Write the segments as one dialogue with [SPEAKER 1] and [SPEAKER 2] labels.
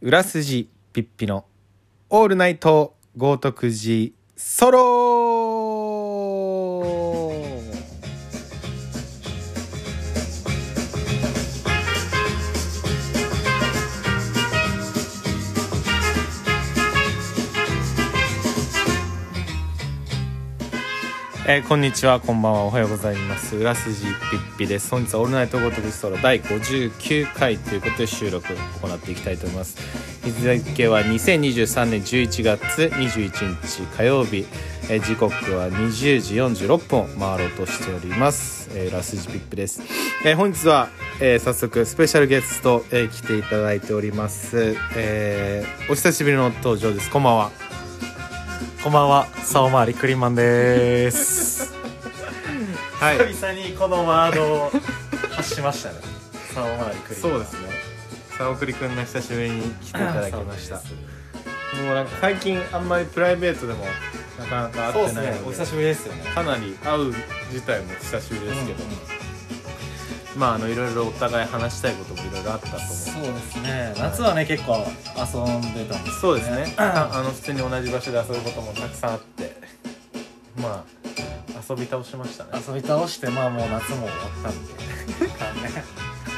[SPEAKER 1] 裏筋ピッピのオールナイト豪徳寺ソロえーこんにちはこんばんはおはようございます裏筋ピッピです本日はオールナイト豪徳寺ソロ第59回ということで収録行っていきたいと思います日付は2023年11月21日火曜日、えー時刻は20時46分を回ろうとしております、えー、裏筋ピッピです、えー本日は、えー早速スペシャルゲスト、えー来ていただいております、えーお久しぶりの登場ですこんばんは
[SPEAKER 2] こんばんは、サオマーリクリマンです。
[SPEAKER 1] はい
[SPEAKER 2] 久々にこのワードを発しましたね。サオマーリクリマン。
[SPEAKER 1] そうですねさおくりくんの久しぶりに来てい
[SPEAKER 2] い
[SPEAKER 1] ただ
[SPEAKER 2] ただ
[SPEAKER 1] き
[SPEAKER 2] き
[SPEAKER 1] ま
[SPEAKER 2] ま
[SPEAKER 1] し
[SPEAKER 2] したた。
[SPEAKER 1] もうなんか最近あんまりプライベートでもなかなか
[SPEAKER 2] そう
[SPEAKER 1] 会って
[SPEAKER 2] です
[SPEAKER 1] ないの
[SPEAKER 2] ね
[SPEAKER 1] で。
[SPEAKER 2] お久しぶりですよね。
[SPEAKER 1] かなり会う自体も久しぶりですけど、
[SPEAKER 2] うん
[SPEAKER 1] まああのいろいろお互い話したいこともいろいろあったと思う
[SPEAKER 2] そうですね。夏はね、結構遊んでたんです。
[SPEAKER 1] そうですね ああの普通に同じ場所で遊ぶこともたくさんあってまあ遊び倒しましたね
[SPEAKER 2] 遊び倒して、まあもう夏も終わったんで。ね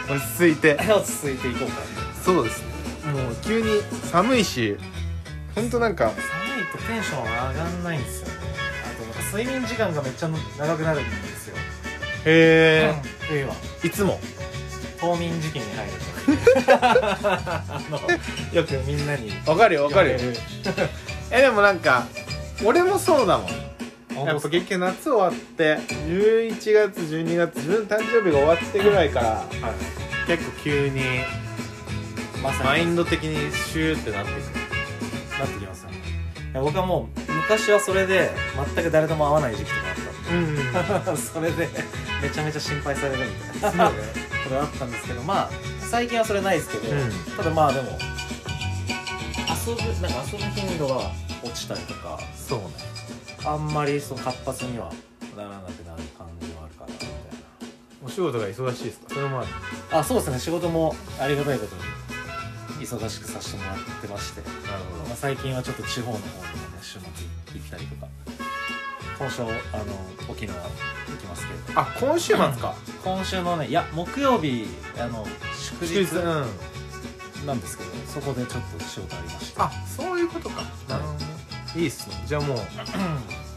[SPEAKER 1] 落ち着いて
[SPEAKER 2] 落ち着いていこうか
[SPEAKER 1] そうですね
[SPEAKER 2] な。もう
[SPEAKER 1] 急に寒いし本当なんか
[SPEAKER 2] 寒いとテンション上がんないんですよね。あとなんか睡眠時間がめっちゃ長くなるんですよ。
[SPEAKER 1] へえ、
[SPEAKER 2] 冬は。
[SPEAKER 1] いつも
[SPEAKER 2] 冬眠時期に入る とよくみんなに
[SPEAKER 1] わかるよわかるよ
[SPEAKER 2] 言われる
[SPEAKER 1] えでもなんか俺もそうだもんや
[SPEAKER 2] 本
[SPEAKER 1] っぱ
[SPEAKER 2] 当です
[SPEAKER 1] 結局夏終わって11月12月自分の誕生日が終わってぐらいから
[SPEAKER 2] かはい
[SPEAKER 1] 結構急に
[SPEAKER 2] まさ
[SPEAKER 1] マイ
[SPEAKER 2] に
[SPEAKER 1] ンド的にシューってなってくる
[SPEAKER 2] なってきますよねいや僕はもう昔はそれで全く誰とも会わない時期とか
[SPEAKER 1] うん
[SPEAKER 2] あったんで それでめちゃめちゃ心配されるみたいな ことがあったんですけどまあ最近はそれないですけど、
[SPEAKER 1] うん
[SPEAKER 2] ただまあでも遊ぶなんか遊ぶ頻度は落ちたりとか
[SPEAKER 1] そうね
[SPEAKER 2] あんまりその活発にはならなくなる感じはあるかなみたいな
[SPEAKER 1] お仕事が忙しいですかそれもある
[SPEAKER 2] あそうですね仕事もありがたいことに忙しくさせてもらってまして、
[SPEAKER 1] なる
[SPEAKER 2] まあ、最近はちょっと地方の方にもね週末行ったりとか今週あの沖縄行きますけれど
[SPEAKER 1] あ今週末か
[SPEAKER 2] 今週のねいや木曜日あの祝
[SPEAKER 1] 祝日
[SPEAKER 2] 日
[SPEAKER 1] ん
[SPEAKER 2] なんですけどそこでちょっと仕事ありまして
[SPEAKER 1] あそういうことかなるほどねいいっすねじゃあ もう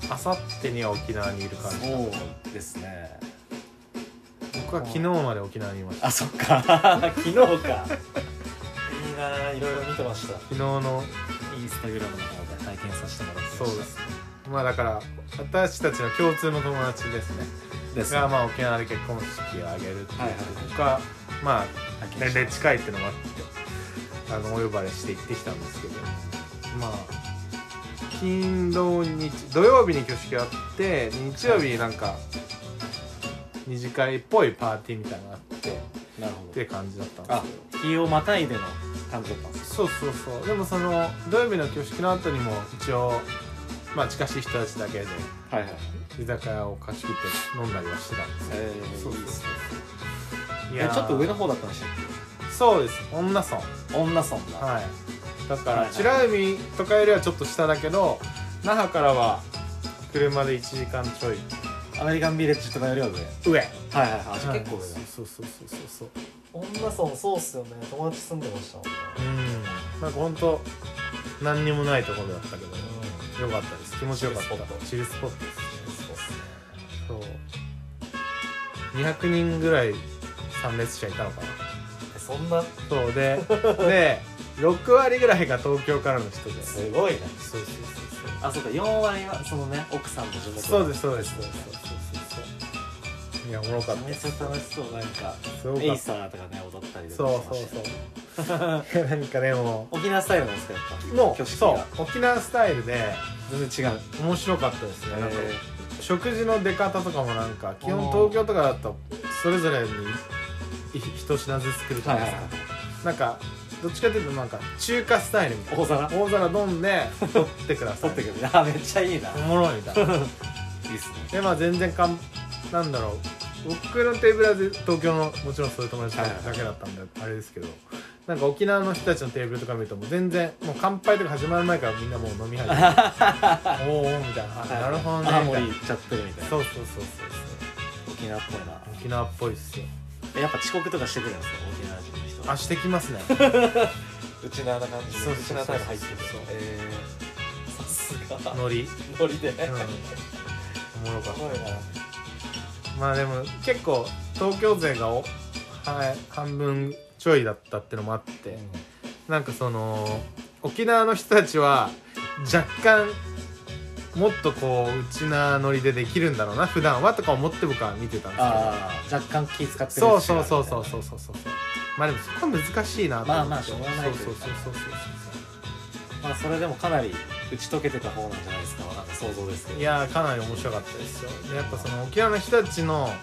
[SPEAKER 1] あさってには沖縄にいる感じ
[SPEAKER 2] そうですね
[SPEAKER 1] 僕は昨日まで沖縄にいました
[SPEAKER 2] あそっか 昨日かいいないろいろ見てました
[SPEAKER 1] 昨日の
[SPEAKER 2] インスタグラムの方で体験させてもらって
[SPEAKER 1] そうですまあだから私たちの共通の友達ですね
[SPEAKER 2] です
[SPEAKER 1] がまあ沖縄で結婚式を挙げるっていう
[SPEAKER 2] はいはい
[SPEAKER 1] とか、まあ
[SPEAKER 2] 拝
[SPEAKER 1] 年
[SPEAKER 2] 見しま
[SPEAKER 1] 齢
[SPEAKER 2] した
[SPEAKER 1] 近いっていうのもあってあのお呼ばれして行ってきたんですけどまあ金土日土曜日に挙式があって日曜日になんか二次会っぽいパーティーみたいなのがあってっ
[SPEAKER 2] なるほど
[SPEAKER 1] て感じだったんです
[SPEAKER 2] あ日をまたいでの感じだったんです
[SPEAKER 1] けどそうそうそうでもその土曜日の挙式の後にも一応まあ近しい人たちだけで
[SPEAKER 2] はいはい
[SPEAKER 1] 居酒屋を貸し切って飲んだりはしてたんですけど
[SPEAKER 2] えー、
[SPEAKER 1] そうそう
[SPEAKER 2] いいです
[SPEAKER 1] い
[SPEAKER 2] ね
[SPEAKER 1] やー
[SPEAKER 2] えちょっと上の方だったんでしたっ
[SPEAKER 1] そうです女村
[SPEAKER 2] け女村が、
[SPEAKER 1] はい、だから
[SPEAKER 2] はいはい
[SPEAKER 1] 美ら海とかよりはちょっと下だけど那覇からは車で1時間ちょい
[SPEAKER 2] アメリカンビレッジとかよりは上はい
[SPEAKER 1] 上
[SPEAKER 2] はいはいあじゃあ結構上だ
[SPEAKER 1] そうそうそうそうそう
[SPEAKER 2] 女村そうっすよね友達住んでましたもんね
[SPEAKER 1] うんなんかほんと何にもないところだったけどよかったです気持ちよかった
[SPEAKER 2] チルスポ
[SPEAKER 1] チルスポ
[SPEAKER 2] ット
[SPEAKER 1] ットです
[SPEAKER 2] そうっ
[SPEAKER 1] そう
[SPEAKER 2] すね
[SPEAKER 1] 200人ぐらい参列者いたのかな
[SPEAKER 2] えそんな
[SPEAKER 1] そうで で6割ぐらいが東京からの人でそう
[SPEAKER 2] すごいね
[SPEAKER 1] そうそうそう
[SPEAKER 2] あそうか4割はそのね奥さんの地元
[SPEAKER 1] そうですすそうですそうですそうですそういやおもろかっ
[SPEAKER 2] め
[SPEAKER 1] た
[SPEAKER 2] っちゃ楽しそうなんか
[SPEAKER 1] すご
[SPEAKER 2] エ
[SPEAKER 1] か
[SPEAKER 2] イ
[SPEAKER 1] っ
[SPEAKER 2] サーとかね踊ったり
[SPEAKER 1] た
[SPEAKER 2] と
[SPEAKER 1] そ
[SPEAKER 2] か
[SPEAKER 1] う
[SPEAKER 2] して
[SPEAKER 1] そ
[SPEAKER 2] ま
[SPEAKER 1] う
[SPEAKER 2] したね
[SPEAKER 1] そう なんかねも
[SPEAKER 2] 沖縄スタイルなんですかやっぱ
[SPEAKER 1] うもう
[SPEAKER 2] 挙式
[SPEAKER 1] そ
[SPEAKER 2] が
[SPEAKER 1] う沖縄スタイルで
[SPEAKER 2] 全然違う
[SPEAKER 1] 面白かったですね、なんか
[SPEAKER 2] え
[SPEAKER 1] 食事の出方とかもなんか基本
[SPEAKER 2] あー
[SPEAKER 1] 東京とかだとそれぞれにい一品ずつ作る
[SPEAKER 2] ー
[SPEAKER 1] じゃ
[SPEAKER 2] はい
[SPEAKER 1] な
[SPEAKER 2] はいい
[SPEAKER 1] です
[SPEAKER 2] は
[SPEAKER 1] か、
[SPEAKER 2] い
[SPEAKER 1] なんかどっちかというとなんか中華スタイルみたいな
[SPEAKER 2] 大皿
[SPEAKER 1] 大皿飲んで取ってくだ さ
[SPEAKER 2] 撮
[SPEAKER 1] い
[SPEAKER 2] ってくるあめっちゃいいな
[SPEAKER 1] おもろいみたい ない
[SPEAKER 2] いっすね
[SPEAKER 1] でまあ全然かんなんだろう僕のテーブルは東京のもちろんそういう友達だけだったんで、あれですけどなんか沖縄の人たちのテーブルとか見るともう全然もう乾杯とか始まる前からみんなもう飲み 始めておおおーみたいなあなるほどね
[SPEAKER 3] 青森行っちゃってるみたいな
[SPEAKER 1] そうそうそうそう
[SPEAKER 3] 沖縄っぽいな
[SPEAKER 1] そう沖縄っぽいっ すよ
[SPEAKER 3] えやっぱ遅刻とかしてくるんですか沖縄人の人
[SPEAKER 1] あしてきますね
[SPEAKER 2] うちなあな感じ
[SPEAKER 1] そう
[SPEAKER 2] うちなあタイム入ってる
[SPEAKER 1] そう
[SPEAKER 2] えーさすが
[SPEAKER 1] ノリ
[SPEAKER 2] ノリで、ね
[SPEAKER 1] うんおもろかっ
[SPEAKER 2] すごいな
[SPEAKER 1] たまあでも結構東京勢がおはい半分ちょいだったってのもあって、なんかその沖縄の人たちは若干もっとこううちなノリでできるんだろうな普段はとか思って僕は見てたんです
[SPEAKER 3] ああ若干気使って
[SPEAKER 1] け
[SPEAKER 3] る
[SPEAKER 1] ど
[SPEAKER 3] 節
[SPEAKER 1] そう
[SPEAKER 3] が
[SPEAKER 1] そうそう
[SPEAKER 3] み
[SPEAKER 1] そうそうそうそうまあでもそこは難しいなと思って
[SPEAKER 3] まあまあしょうがないと
[SPEAKER 1] そう
[SPEAKER 3] い
[SPEAKER 1] そうう
[SPEAKER 3] か
[SPEAKER 1] そうそうそう
[SPEAKER 3] たいなまあそれでもかなり打ち解けてた方なんじゃないですかなんか想像です
[SPEAKER 1] そ
[SPEAKER 3] け
[SPEAKER 1] う
[SPEAKER 3] ど
[SPEAKER 1] いやーかなり面白かったですよでやっぱその沖縄の人たちのや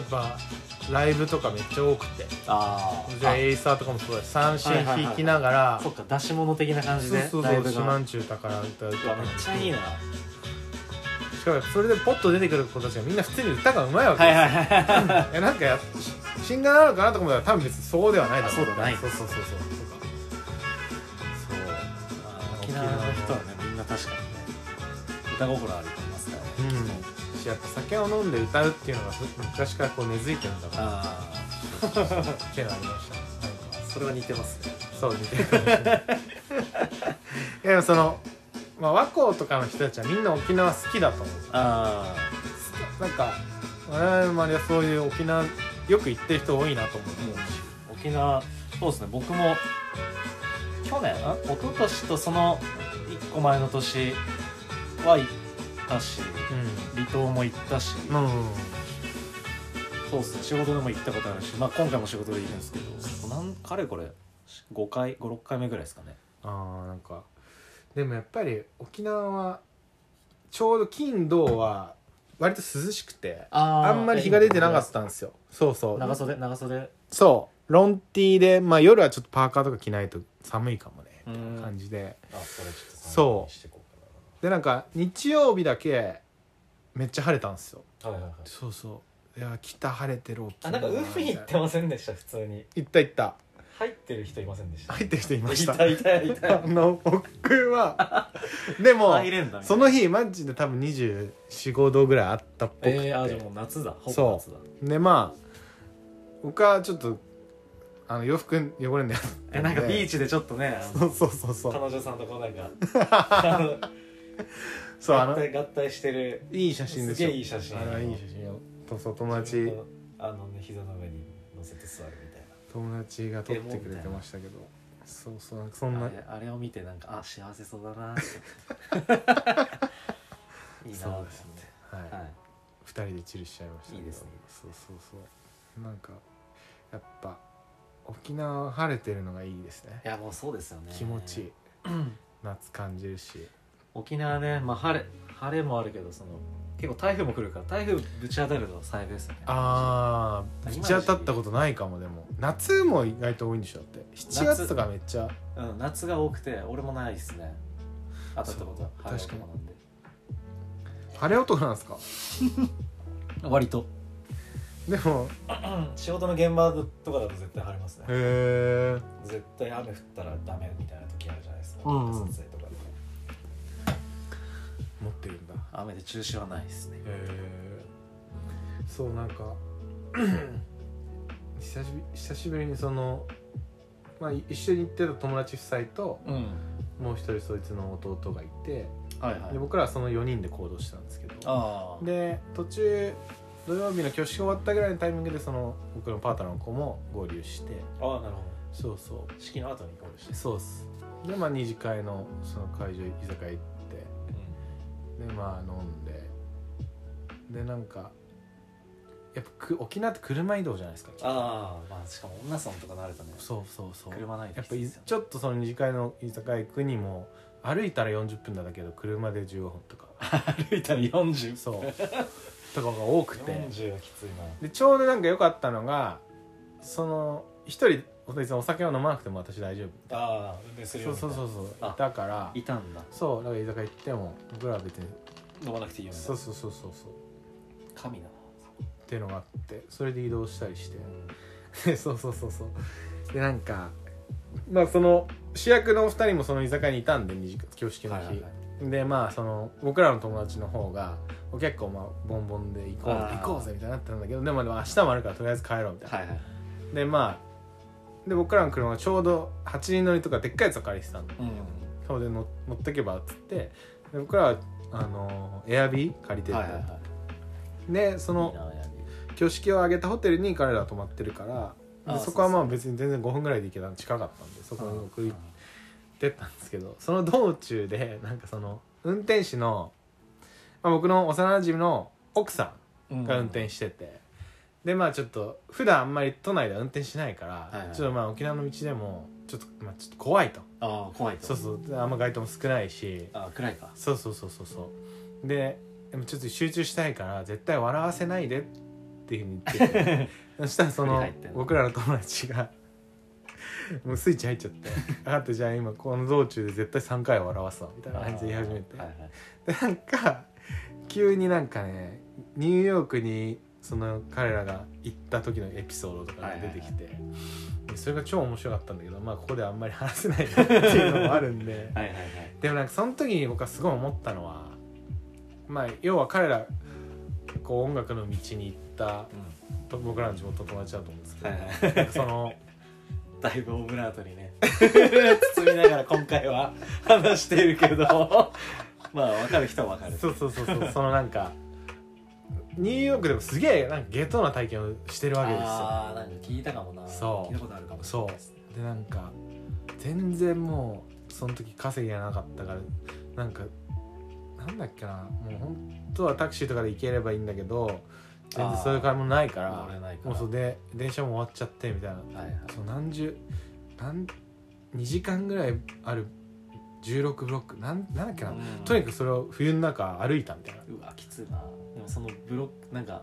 [SPEAKER 1] っぱライブとかめっちゃ多くて
[SPEAKER 3] あー
[SPEAKER 1] じゃあエイサーとかもそうだし三振
[SPEAKER 3] はいはいはい
[SPEAKER 1] 弾きながら
[SPEAKER 3] あそっか出し物的な感じ
[SPEAKER 1] そう
[SPEAKER 3] で
[SPEAKER 1] そう
[SPEAKER 3] ラ
[SPEAKER 1] そ
[SPEAKER 3] イ
[SPEAKER 1] う「
[SPEAKER 3] ブが
[SPEAKER 1] シ
[SPEAKER 3] う
[SPEAKER 1] マ
[SPEAKER 3] わ
[SPEAKER 1] ンチュー」から歌うと
[SPEAKER 3] めっちゃいいな
[SPEAKER 1] しかもそれでポッと出てくる子たちがみんな普通に歌がうまいわけ
[SPEAKER 3] は
[SPEAKER 1] で
[SPEAKER 3] い
[SPEAKER 1] すよ、
[SPEAKER 3] はいはい
[SPEAKER 1] やなんかやシンガーなのかなとか思ったら多分別にそうではないだろ
[SPEAKER 3] あそうだない
[SPEAKER 1] そうそうそうそう
[SPEAKER 3] まあ沖縄の人はねみんな確かにね歌心あると思いますからね
[SPEAKER 1] そううんしやっぱ酒を飲んで歌うっていうのが昔からこう根付いてるんだから
[SPEAKER 3] ああ
[SPEAKER 1] っていうのありましたなん
[SPEAKER 3] それは似てますね
[SPEAKER 1] かそう似てるかもしれないいやでもその、まあ、和光とかの人たちはみんな沖縄好きだと思う
[SPEAKER 3] あ
[SPEAKER 1] なんか我々の周りはそういう沖縄よく行ってる人多いなと思う、
[SPEAKER 3] あ沖縄そうですね僕も去年あ一昨年とその1個前の年は行ったし離島も行ったし、
[SPEAKER 1] うんうん
[SPEAKER 3] そうですね仕事でも行ったことあるし、まあ、今回も仕事で行くんですけどなんかれこれ5回56回目ぐらいですかね
[SPEAKER 1] あーなんかでもやっぱり沖縄はちょうど金土は割と涼しくて
[SPEAKER 3] あ
[SPEAKER 1] あんまり日が出てなかったんですよそうそう
[SPEAKER 3] 長袖長袖
[SPEAKER 1] そうロンティーでまあ夜はちょっとパーカーとか着ないと寒いかもね
[SPEAKER 3] う
[SPEAKER 1] みたい
[SPEAKER 3] ん
[SPEAKER 1] な感じで
[SPEAKER 2] あそれちょっと参考にしていこう
[SPEAKER 1] でなんか日曜日だけめっちゃ晴れたんですよ
[SPEAKER 2] かなはいはいはい
[SPEAKER 1] そうそういや北晴れてる沖
[SPEAKER 2] あなんかウーフィー行ってませんでした普通に
[SPEAKER 1] 行った行った
[SPEAKER 2] 入ってる人いませんでした
[SPEAKER 1] 入ってる人いま
[SPEAKER 2] い
[SPEAKER 1] した
[SPEAKER 2] たいたいた
[SPEAKER 1] あの僕はでも
[SPEAKER 3] 入れんだ
[SPEAKER 1] その日マジで多分2 4 5度ぐらいあったっぽくて、
[SPEAKER 3] えー、あじゃあもう夏だほ
[SPEAKER 1] そう
[SPEAKER 3] ぼ夏だ
[SPEAKER 1] でまあ僕はちょっとあの洋服汚れんだよ
[SPEAKER 3] えなんかビー
[SPEAKER 1] チ
[SPEAKER 3] チでちょっとねあの
[SPEAKER 1] そうそうそうそ
[SPEAKER 2] 彼
[SPEAKER 1] う
[SPEAKER 2] 女さんとこうなんかあの
[SPEAKER 1] そうあ
[SPEAKER 2] 合
[SPEAKER 1] の
[SPEAKER 2] 体合体してる
[SPEAKER 1] いい写真ですす
[SPEAKER 2] げ
[SPEAKER 1] よ
[SPEAKER 2] えいい写真
[SPEAKER 1] あのいい写真よそうそう友達
[SPEAKER 2] あのね膝の上に乗せて座るみたいな
[SPEAKER 1] 友達が撮ってくれてましたけどそうそうなんかそん
[SPEAKER 3] あ
[SPEAKER 1] な
[SPEAKER 3] れあれを見てなんかあ幸せそうだ なっていいなと
[SPEAKER 1] そ
[SPEAKER 3] 思
[SPEAKER 1] う
[SPEAKER 3] っ
[SPEAKER 1] ですね
[SPEAKER 3] て
[SPEAKER 1] はい、
[SPEAKER 3] はい
[SPEAKER 1] 二人でチルしちゃいましたけど
[SPEAKER 2] いいですね
[SPEAKER 1] そうそうそうなんかやっぱ沖縄は晴れてるのがいいですね
[SPEAKER 3] いやもうそうですよね
[SPEAKER 1] 気持ちいい夏感じるし
[SPEAKER 3] 沖縄ね、まあ、晴れ晴れもあるけどその結構台風も来るから台風ぶち当たるの最悪ですよね
[SPEAKER 1] ああぶち当たったことないかもでも夏も意外と多いんでしょだって7月とかめっちゃ
[SPEAKER 3] うん、夏が多くて俺もないですね当たったことは
[SPEAKER 1] そう確かに
[SPEAKER 3] 晴れ男なんで
[SPEAKER 1] 晴れ男なんですか
[SPEAKER 3] 割と
[SPEAKER 1] でも
[SPEAKER 2] 仕事の現場とかだと絶対晴れますね
[SPEAKER 1] へえ
[SPEAKER 2] 絶対雨降ったらダメみたいな時あるじゃないですか
[SPEAKER 1] うんうん
[SPEAKER 2] 撮影とかでも
[SPEAKER 1] 持ってるんだへ
[SPEAKER 3] 雨で中止はないですね
[SPEAKER 1] えそうなんか 久しぶり久しぶりにその、まあ、一緒に行ってた友達夫妻と
[SPEAKER 3] うん
[SPEAKER 1] もう一人そいつの弟がいて
[SPEAKER 3] はいはい
[SPEAKER 1] で僕らはその4人で行動してたんですけど
[SPEAKER 3] ああ
[SPEAKER 1] で途中土曜日の挙式終わったぐらいのタイミングでその僕のパートナーの子も合流して
[SPEAKER 2] ああなるほ
[SPEAKER 1] そうそ
[SPEAKER 2] ど式の後に行こうでし
[SPEAKER 1] う
[SPEAKER 2] た
[SPEAKER 1] そうっすでまあ二次会のその会場居酒屋行ってでまあ飲んででなんかやっぱく沖縄って車移動じゃないですか
[SPEAKER 3] ああまあしかも女村とかなるとね
[SPEAKER 1] そうそうそう
[SPEAKER 3] 車ないと
[SPEAKER 1] や
[SPEAKER 3] き
[SPEAKER 1] っ
[SPEAKER 3] つ
[SPEAKER 1] ぱ
[SPEAKER 3] い
[SPEAKER 1] い
[SPEAKER 3] ですよ
[SPEAKER 1] ちょっとその二次会の居酒屋行くにも歩いたら40分なんだけど車で15分とか
[SPEAKER 3] 歩 いたら40
[SPEAKER 1] そう とかが多くて
[SPEAKER 2] 40はきついな
[SPEAKER 1] でちょうどなんか良かったのがその一人別にお酒を飲まなくても私大丈夫
[SPEAKER 2] ああ運転するよ
[SPEAKER 1] そうそうそううそう
[SPEAKER 3] あ
[SPEAKER 1] だから
[SPEAKER 3] いたんだ
[SPEAKER 1] そうだから居酒屋行っても僕らは別に
[SPEAKER 3] 飲まなくていいよみたい
[SPEAKER 1] そう
[SPEAKER 3] な
[SPEAKER 1] そうそうそうそう
[SPEAKER 3] 神 だ
[SPEAKER 1] っていうのがあってそれで移動したりして
[SPEAKER 2] ん
[SPEAKER 1] でそうそうそうそうでなんかまあその主役のお二人もその居酒屋にいたんで二次挙式の
[SPEAKER 4] は
[SPEAKER 1] 日、
[SPEAKER 4] いはいはい
[SPEAKER 1] でまあその僕らの友達の方が結構まあボンボンで行こう
[SPEAKER 2] あー
[SPEAKER 1] 行こうぜみたいになってたんだけどでもでも明日もあるからとりあえず帰ろうみたいな、
[SPEAKER 2] はいはい
[SPEAKER 1] でまあで僕らの車がちょうど8人乗りとかでっかいやつを借りてたんで
[SPEAKER 2] うん
[SPEAKER 1] そうで乗乗ってけばっつってで僕らはあのエアビー借りてて、
[SPEAKER 2] はいはいはい
[SPEAKER 1] でその
[SPEAKER 2] いいなやり
[SPEAKER 1] 挙式を挙げたホテルに彼らは泊まってるから
[SPEAKER 2] あ
[SPEAKER 1] で
[SPEAKER 2] ー
[SPEAKER 1] そこはまあ別に全然5分ぐらいで行けたの近かったんでそこに僕行ってったんですけどその道中でなんかその運転手の、まあ、僕の幼馴染の奥さ
[SPEAKER 2] うん
[SPEAKER 1] んが運転してて、でまあちょっと普段あんまり都内では運転しないから、
[SPEAKER 2] はいはい
[SPEAKER 1] ちょっとまあ沖縄の道でもちょっと,、まあ、ちょっと怖いと
[SPEAKER 2] ああ怖いと
[SPEAKER 1] そうそうあんま街灯も少ないし
[SPEAKER 2] ああ暗いか
[SPEAKER 1] そうそうそうそうそうででもちょっと集中したいから絶対笑わせないでっていうふうに言って てそしたらそ
[SPEAKER 2] 振り
[SPEAKER 1] の
[SPEAKER 2] 入ってんの
[SPEAKER 1] 僕らの友達がもうスイッチ入っちゃ って「分かったじゃあ今この道中で絶対3回笑わすわ」みたいな感じで言い始めて、
[SPEAKER 2] はいはい
[SPEAKER 1] でなんか急になんかねニューヨークにその彼らが行った時のエピソードとかが出てきて、でそれが超面白かったんだけどまあここではあんまり話せないなっていうのもあるん で。
[SPEAKER 2] はいはいはい
[SPEAKER 1] でもなんかその時に僕はすごい思ったのはまあ要は彼らこう音楽の道に行った
[SPEAKER 2] う
[SPEAKER 1] と僕らの地元の友達だと思うんですけど、
[SPEAKER 2] はいはい
[SPEAKER 1] なんかその
[SPEAKER 2] んだいぶオブラートにね包みながら今回は話しているけどまあ分かる人は分かる
[SPEAKER 1] そうそうそうそうそのなんかニューヨークでもすげえなんかゲトな体験をしてるわけですよ
[SPEAKER 2] ああなんか聞いたかもな
[SPEAKER 1] そう
[SPEAKER 2] 聞いたことあるかもしれないですね
[SPEAKER 1] でなんか全然もうその時稼ぎがなかったからなんかなんだっけなもう本当はタクシーとかで行ければいいんだけど全然そういう買い物ないから
[SPEAKER 2] 乗れないから
[SPEAKER 1] もうそうで電車も終わっちゃってみたいな
[SPEAKER 2] はいはい
[SPEAKER 1] そう何十何2時間ぐらいある16ブロックなんなんだっけな、
[SPEAKER 2] うん
[SPEAKER 1] とにかくそれを冬の中歩いたみたいな
[SPEAKER 2] うわきついなでもそのブロックなんか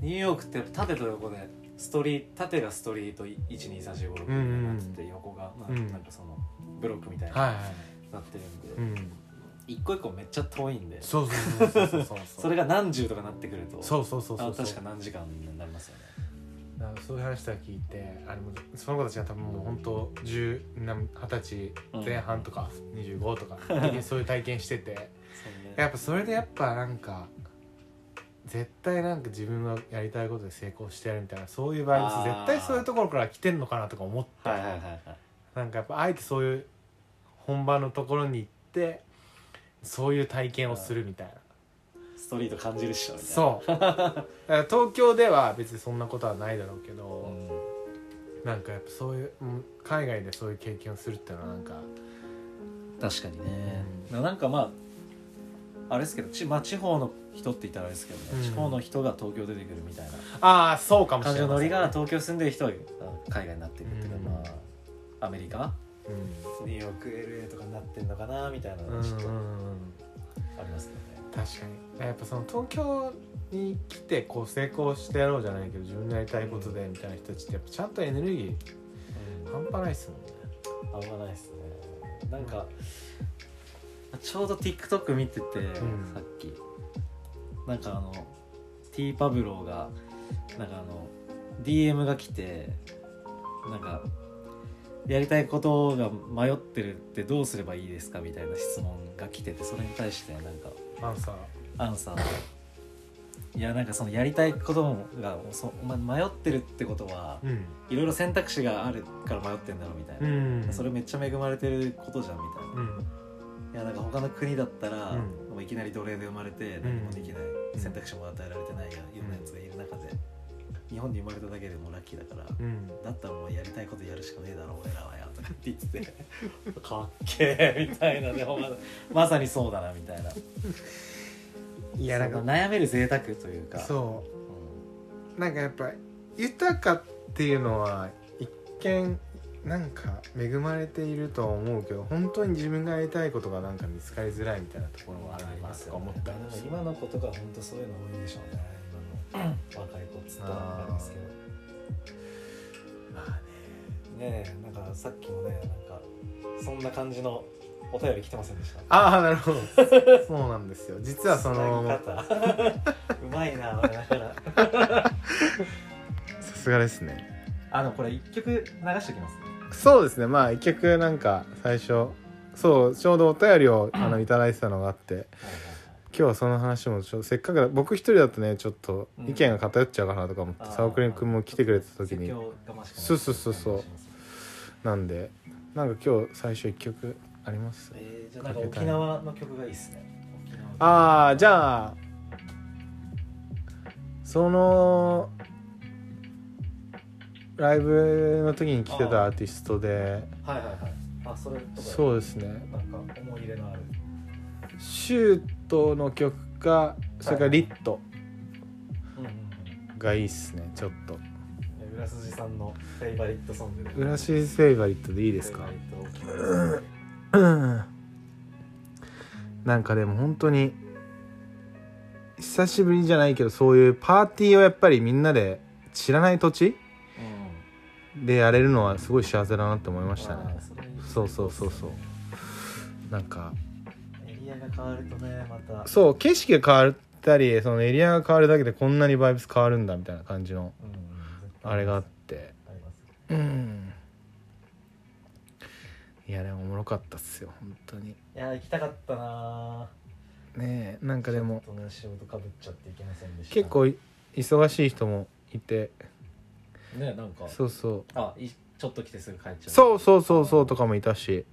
[SPEAKER 2] ニューヨークってやっぱ縦と横でストリート縦がストリート12345みたいになってて、
[SPEAKER 1] うん
[SPEAKER 2] 横が、まあ
[SPEAKER 1] うん
[SPEAKER 2] なんかそのブロックみたいに
[SPEAKER 1] はいはい
[SPEAKER 2] なってるんで、
[SPEAKER 1] うん
[SPEAKER 2] 一個一個めっちゃ遠いんでそ
[SPEAKER 1] そうそうそうそう そうそう
[SPEAKER 2] れが何十とかなってくると
[SPEAKER 1] そうそうそうそう
[SPEAKER 2] あ確か何時間になりますよね
[SPEAKER 1] なんかそういう話とか聞いてあれもその子たちが多分もう本当十何二十歳前半とか25とか、 そういう体験してて
[SPEAKER 2] そうね
[SPEAKER 1] やっぱそれでやっぱなんか絶対なんか自分がやりたいことで成功してやるみたいなそういうバイブス
[SPEAKER 2] あー
[SPEAKER 1] 絶対そういうところから来てんのかなとか思って
[SPEAKER 2] はいはいはいはい
[SPEAKER 1] なんかやっぱあえてそういう本場のところに行ってそういう体験をするみたいな
[SPEAKER 2] ストリート感じるっしょみたいな
[SPEAKER 1] そうだから東京では別にそんなことはないだろうけ
[SPEAKER 2] う
[SPEAKER 1] ど、
[SPEAKER 2] ん
[SPEAKER 1] なんかやっぱそういううん海外でそういう経験をするっていうのはなんか
[SPEAKER 2] 確かにね
[SPEAKER 1] うん、
[SPEAKER 2] でもなんかまああれですけどち、まあ、地方の人って言ったらあれですけどね、
[SPEAKER 1] うん
[SPEAKER 2] 地方の人が東京出てくるみたいな
[SPEAKER 1] ああそうかもしれな
[SPEAKER 2] 感じ
[SPEAKER 1] い
[SPEAKER 2] のノリが東京住んでる人はあ海外になっていくっていうか、
[SPEAKER 1] うん
[SPEAKER 2] まあアメリカ
[SPEAKER 1] う
[SPEAKER 4] ニューヨーク LA とかになってんのかなみたいなの
[SPEAKER 1] ん、う
[SPEAKER 4] が
[SPEAKER 1] ん
[SPEAKER 4] ちょっ
[SPEAKER 1] う
[SPEAKER 4] と
[SPEAKER 1] んうん
[SPEAKER 2] ありますけ
[SPEAKER 1] 確かにやっぱその東京に来てこう成功してやろうじゃないけど自分のやりたいことでみたいな人たちってやっぱちゃんとエネルギー
[SPEAKER 2] どね、
[SPEAKER 1] 半端ないっすもんね
[SPEAKER 2] あんまないですねなんかちょうど TikTok 見てて、
[SPEAKER 1] ん
[SPEAKER 2] さっきなんかあの T パブローがなんかあの DM が来てなんかやりたいことが迷ってるってどうすればいいですかみたいな質問が来ててそれに対してなんか
[SPEAKER 1] アンサー
[SPEAKER 2] アンサーがいやなんかそのやりたいことがそ、ま、迷ってるってことは
[SPEAKER 1] うん
[SPEAKER 2] いろいろ選択肢があるから迷ってんだろうみたいな、
[SPEAKER 1] うん
[SPEAKER 2] それめっちゃ恵まれてることじゃんみたいな
[SPEAKER 1] うん
[SPEAKER 2] いやなんか他の国だったら、
[SPEAKER 1] うん
[SPEAKER 2] もういきなり奴隷で生まれて何もできない、
[SPEAKER 1] うん
[SPEAKER 2] 選択肢も与えられてないよいろんなやつがいる中で、日本に生まれただけでもうラッキーだから、
[SPEAKER 1] うん
[SPEAKER 2] だったらもうやりたいことやるしかねえだろ俺らはよとかって 言っててかっけえみたいなでもまだまさにそうだなみたいない
[SPEAKER 1] やなんか
[SPEAKER 2] その悩める贅沢というか
[SPEAKER 1] そ
[SPEAKER 2] うん、
[SPEAKER 1] うなんかやっぱ豊かっていうのは一見なんか恵まれているとは思うけど本当に自分がやりたいことがなんか見つかりづらいみたいなところはあるなとか思ったり
[SPEAKER 4] でも今の子とか本当そういうの多いんでしょうね今の 若い子っつったらあれですけど
[SPEAKER 1] まあね
[SPEAKER 4] ねえなんかさっきもねなんかそんな感じのお便り来てませんでした
[SPEAKER 1] ああなるほどそうなんですよ実はその
[SPEAKER 4] つなぎ方 うまいなだから
[SPEAKER 1] さすがですね
[SPEAKER 2] あのこれ一曲流しておきます
[SPEAKER 1] そうですねまあ一曲なんか最初そうちょうどお便りをあのいただいてたのがあって今日はその話もちょせっかくだ僕一人だとねちょっと
[SPEAKER 2] うん
[SPEAKER 1] 意見が偏っちゃうかなとか思って、
[SPEAKER 2] あー
[SPEAKER 1] サオクリン君も来てくれた時に
[SPEAKER 2] 説教がましくなる
[SPEAKER 1] そうそうそうそうなんでなんか今日最初一曲あります
[SPEAKER 2] えーじゃあなんか沖縄の曲がいいっすね沖縄
[SPEAKER 1] ああじゃあそのライブの時に来てたアーティストで
[SPEAKER 2] はいはいはいあそれとか
[SPEAKER 1] そうですね
[SPEAKER 2] なんか思い入れのある
[SPEAKER 1] シュートの曲かそれからリット
[SPEAKER 2] うんうん
[SPEAKER 1] がいいっすねちょっと
[SPEAKER 2] うん浦筋さんのフェイバリットソングで
[SPEAKER 1] 「浦シーズフェイバリット」でいいですか
[SPEAKER 2] フェイバリット沖縄ですね
[SPEAKER 1] うんなんかでも本当に久しぶりじゃないけどそういうパーティーをやっぱりみんなで知らない土地でやれるのはすごい幸せだなって思いましたね
[SPEAKER 2] あーそれいい
[SPEAKER 1] そうそうそうそうなんか
[SPEAKER 2] エリアが変わるとねまた
[SPEAKER 1] そう景色が変わったりそのエリアが変わるだけでこんなにバイブス変わるんだみたいな感じの
[SPEAKER 2] うん絶対
[SPEAKER 1] あれがあって
[SPEAKER 2] あります
[SPEAKER 1] うんいやでもおもろかったっすよ本当に
[SPEAKER 2] いや行きたかったな
[SPEAKER 1] ねえなん
[SPEAKER 2] な
[SPEAKER 1] かでも
[SPEAKER 2] ちょっとね仕事かぶっちゃっていけませんでした
[SPEAKER 1] 結構い忙しい人もいて
[SPEAKER 3] ねなんか
[SPEAKER 1] そうそう
[SPEAKER 3] あいちょっと来てすぐ帰っちゃう
[SPEAKER 1] そうそうそうそうとかもいたし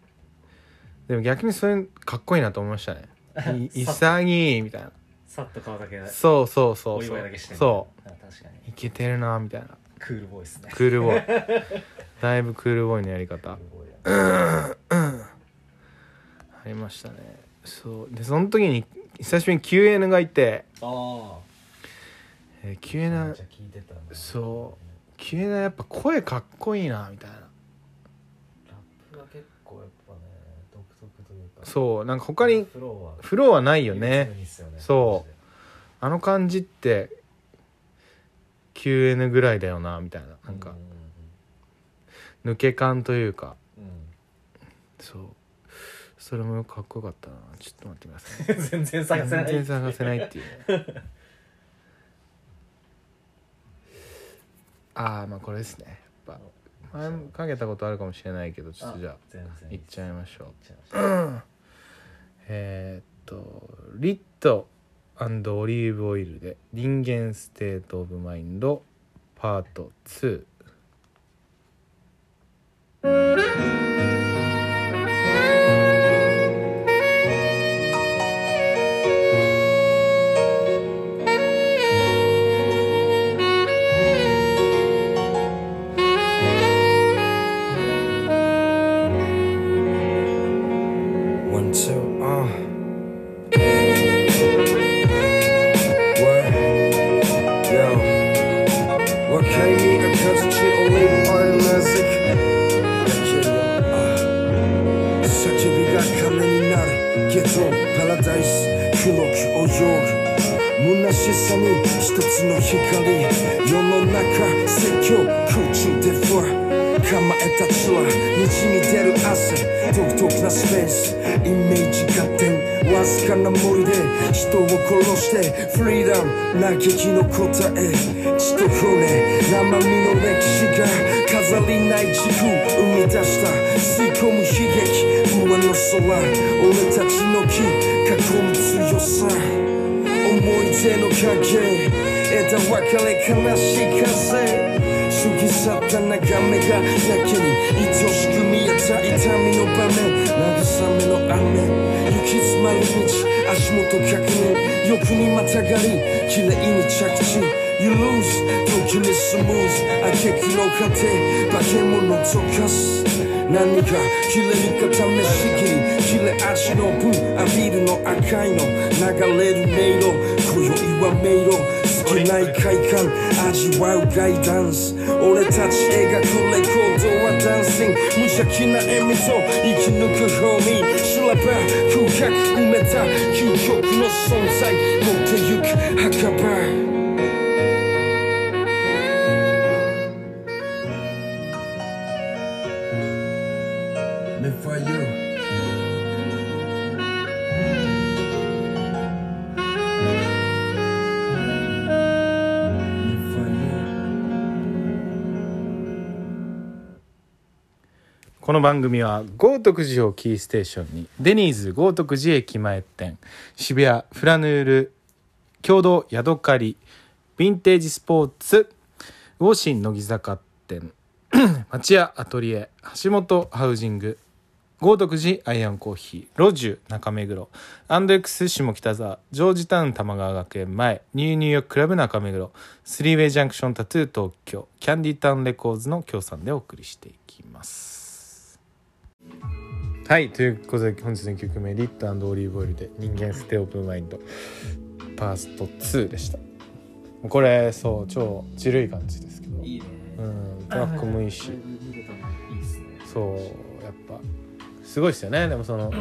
[SPEAKER 1] でも逆にそれかっこいいなと思いました ねい潔いみたい
[SPEAKER 3] さっと顔だけ
[SPEAKER 1] なそうそうそう
[SPEAKER 3] お
[SPEAKER 1] そ
[SPEAKER 3] 祝いだけして
[SPEAKER 1] う
[SPEAKER 3] ね
[SPEAKER 1] そ
[SPEAKER 3] あ確か
[SPEAKER 1] う
[SPEAKER 3] に
[SPEAKER 1] いけてるなみたいな
[SPEAKER 3] クールボーイですね
[SPEAKER 1] クールボーイ だいぶクールボーイのやり方
[SPEAKER 2] すごいや
[SPEAKER 1] ありましたねそうでその時に久しぶりに QN がいて、
[SPEAKER 3] あ
[SPEAKER 1] えー、QN
[SPEAKER 2] めっちゃ聞いてたな
[SPEAKER 1] そう QN はやっぱ声かっこいいなみたいな
[SPEAKER 2] ラップが結構やっぱね独特というか
[SPEAKER 1] そうなんか他に
[SPEAKER 2] フローは
[SPEAKER 1] フローはないよ
[SPEAKER 2] 唯一
[SPEAKER 1] ね
[SPEAKER 2] 無二っすよね
[SPEAKER 1] そうあの感じって QN ぐらいだよなみたいななんか抜け感というか
[SPEAKER 2] うんうん
[SPEAKER 1] そうそれもよくかっこよかったなちょっと待ってください
[SPEAKER 3] あ全然探せない
[SPEAKER 1] 全然探せないっていうね ああまあこれですねやっぱ前もかけたことあるかもしれないけどちょっとじゃあ
[SPEAKER 2] 全然
[SPEAKER 1] いっちゃいましょう
[SPEAKER 2] ちゃいました
[SPEAKER 1] えーっとリットオリーブオイルで「人間ステート・オブ・マインド」パート2
[SPEAKER 5] One, two, uh. What? Yo. What can you eat? I can't cheat only one music. Saçabilir kalemler Ghetto Paradise 黒き泳ぐ虚しさに一つの光世の中説教空中でフォー構えたちは虹に出る汗独特なスペースイメージ合点わずかな森で人を殺してフリーダム嘆きの答え血と骨生身の歴史が飾りない軸生み出した吸い込む悲劇無限の空俺たちの木囲む強さ思い出の影枝分かれ悲しい風過ぎ去った眺めがやけに愛しく見えた痛みの場面慰めの雨行き詰まる道足元確認欲にまたがり綺麗に着地 You lose 時にスムーズ明けきの果て化け物溶かす何か切れるか試しきり切れ足の分ビールの赤いの流れる迷路今宵は迷路少ない快感味わうガイダンス俺たち描くレコードはダンシング無邪気な笑みと生き抜くホーミー修羅場空白埋めた究極の存在持ってゆく墓場live for you. Live for you.
[SPEAKER 1] この番組は豪徳寺をキーステーションにデニーズ豪徳寺駅前店渋谷フラヌール共同ヤドカリヴィンテージスポーツウォシン乃木坂店町屋アトリエ橋本ハウジング豪徳寺アイアンコーヒーロジュ中目黒アンド X 下北沢ジョージタウン玉川学園前ニューニューヨーククラブ中目黒スリーウェイジャンクションタトゥー東京キャンディタウンレコーズの協賛でお送りしていきますはいということで本日の1曲目「リットオリーブオイル」で「人間ステオープンマインド」パースト2でしたこれそう超ちるい感じですけど
[SPEAKER 3] いいね
[SPEAKER 1] うんトラックもいいし
[SPEAKER 3] 見てたのいいっすね
[SPEAKER 1] そうやっぱすごいですよねでもその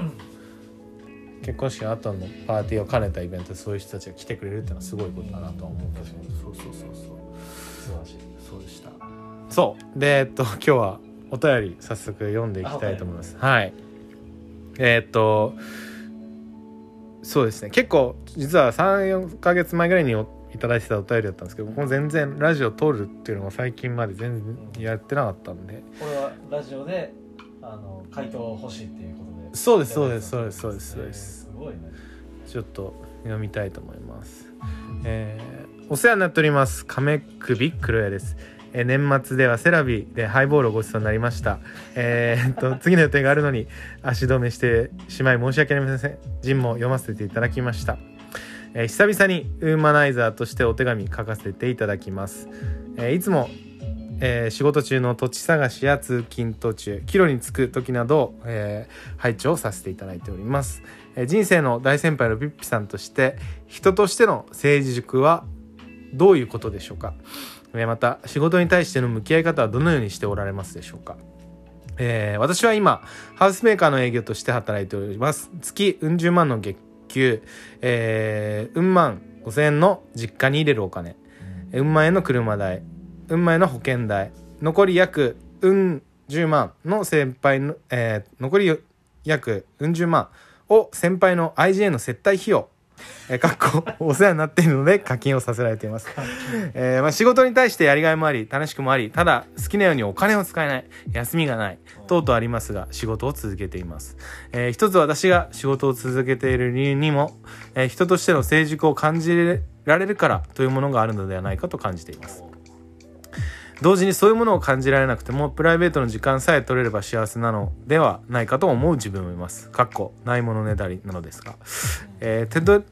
[SPEAKER 1] 結婚式の後のパーティーを兼ねたイベントでそういう人たちが来てくれるっていうのはすごいことだなとは思うけど
[SPEAKER 3] そうそうそうそう
[SPEAKER 2] 素晴らしい
[SPEAKER 3] そうでした
[SPEAKER 1] そうでえっと今日はお便り早速読んでいきたいと思いますはいえーっとそうですね結構実は34ヶ月前ぐらいにおいただいてたお便りだったんですけど僕も全然ラジオ通るっていうのが最近まで全然やってなかったんで
[SPEAKER 2] これはラジオであの回答欲しいっていうことで
[SPEAKER 1] そうですそうですそうですそうですそうです
[SPEAKER 2] すごいね
[SPEAKER 1] ちょっと読みたいと思います。えーお世話になっております亀首黒谷です。えー年末ではセラビでハイボールをごちそうになりました。えーっと次の予定があるのに足止めしてしまい申し訳ありません。ジンも読ませていただきました。えー久々にウーマナイザーとしてお手紙書かせていただきます。えーいつもえー仕事中の土地探しや通勤途中帰路に着く時など、えー配置をさせていただいております、えー人生の大先輩のピッピさんとして人としての政治塾はどういうことでしょうか、えーまた仕事に対しての向き合い方はどのようにしておられますでしょうかえー私は今ハウスメーカーの営業として働いております月うん十万の月給えーうん万5000円の実家に入れるお金うん万円の車代運前の保険代残り約運10万の先輩の、えー残り約運10万を先輩の IGA の接待費用えーかっこ お世話になっているので課金をさせられています、えーまあ、仕事に対してやりがいもあり楽しくもありただ好きなようにお金を使えない休みがない等々ありますが仕事を続けています、えー一つ私が仕事を続けている理由にも、えー人としての成熟を感じられるからというものがあるのではないかと感じています同時にそういうものを感じられなくてもプライベートの時間さえ取れれば幸せなのではないかと思う自分もいます。かっこないものねだりなのですが、えー手ど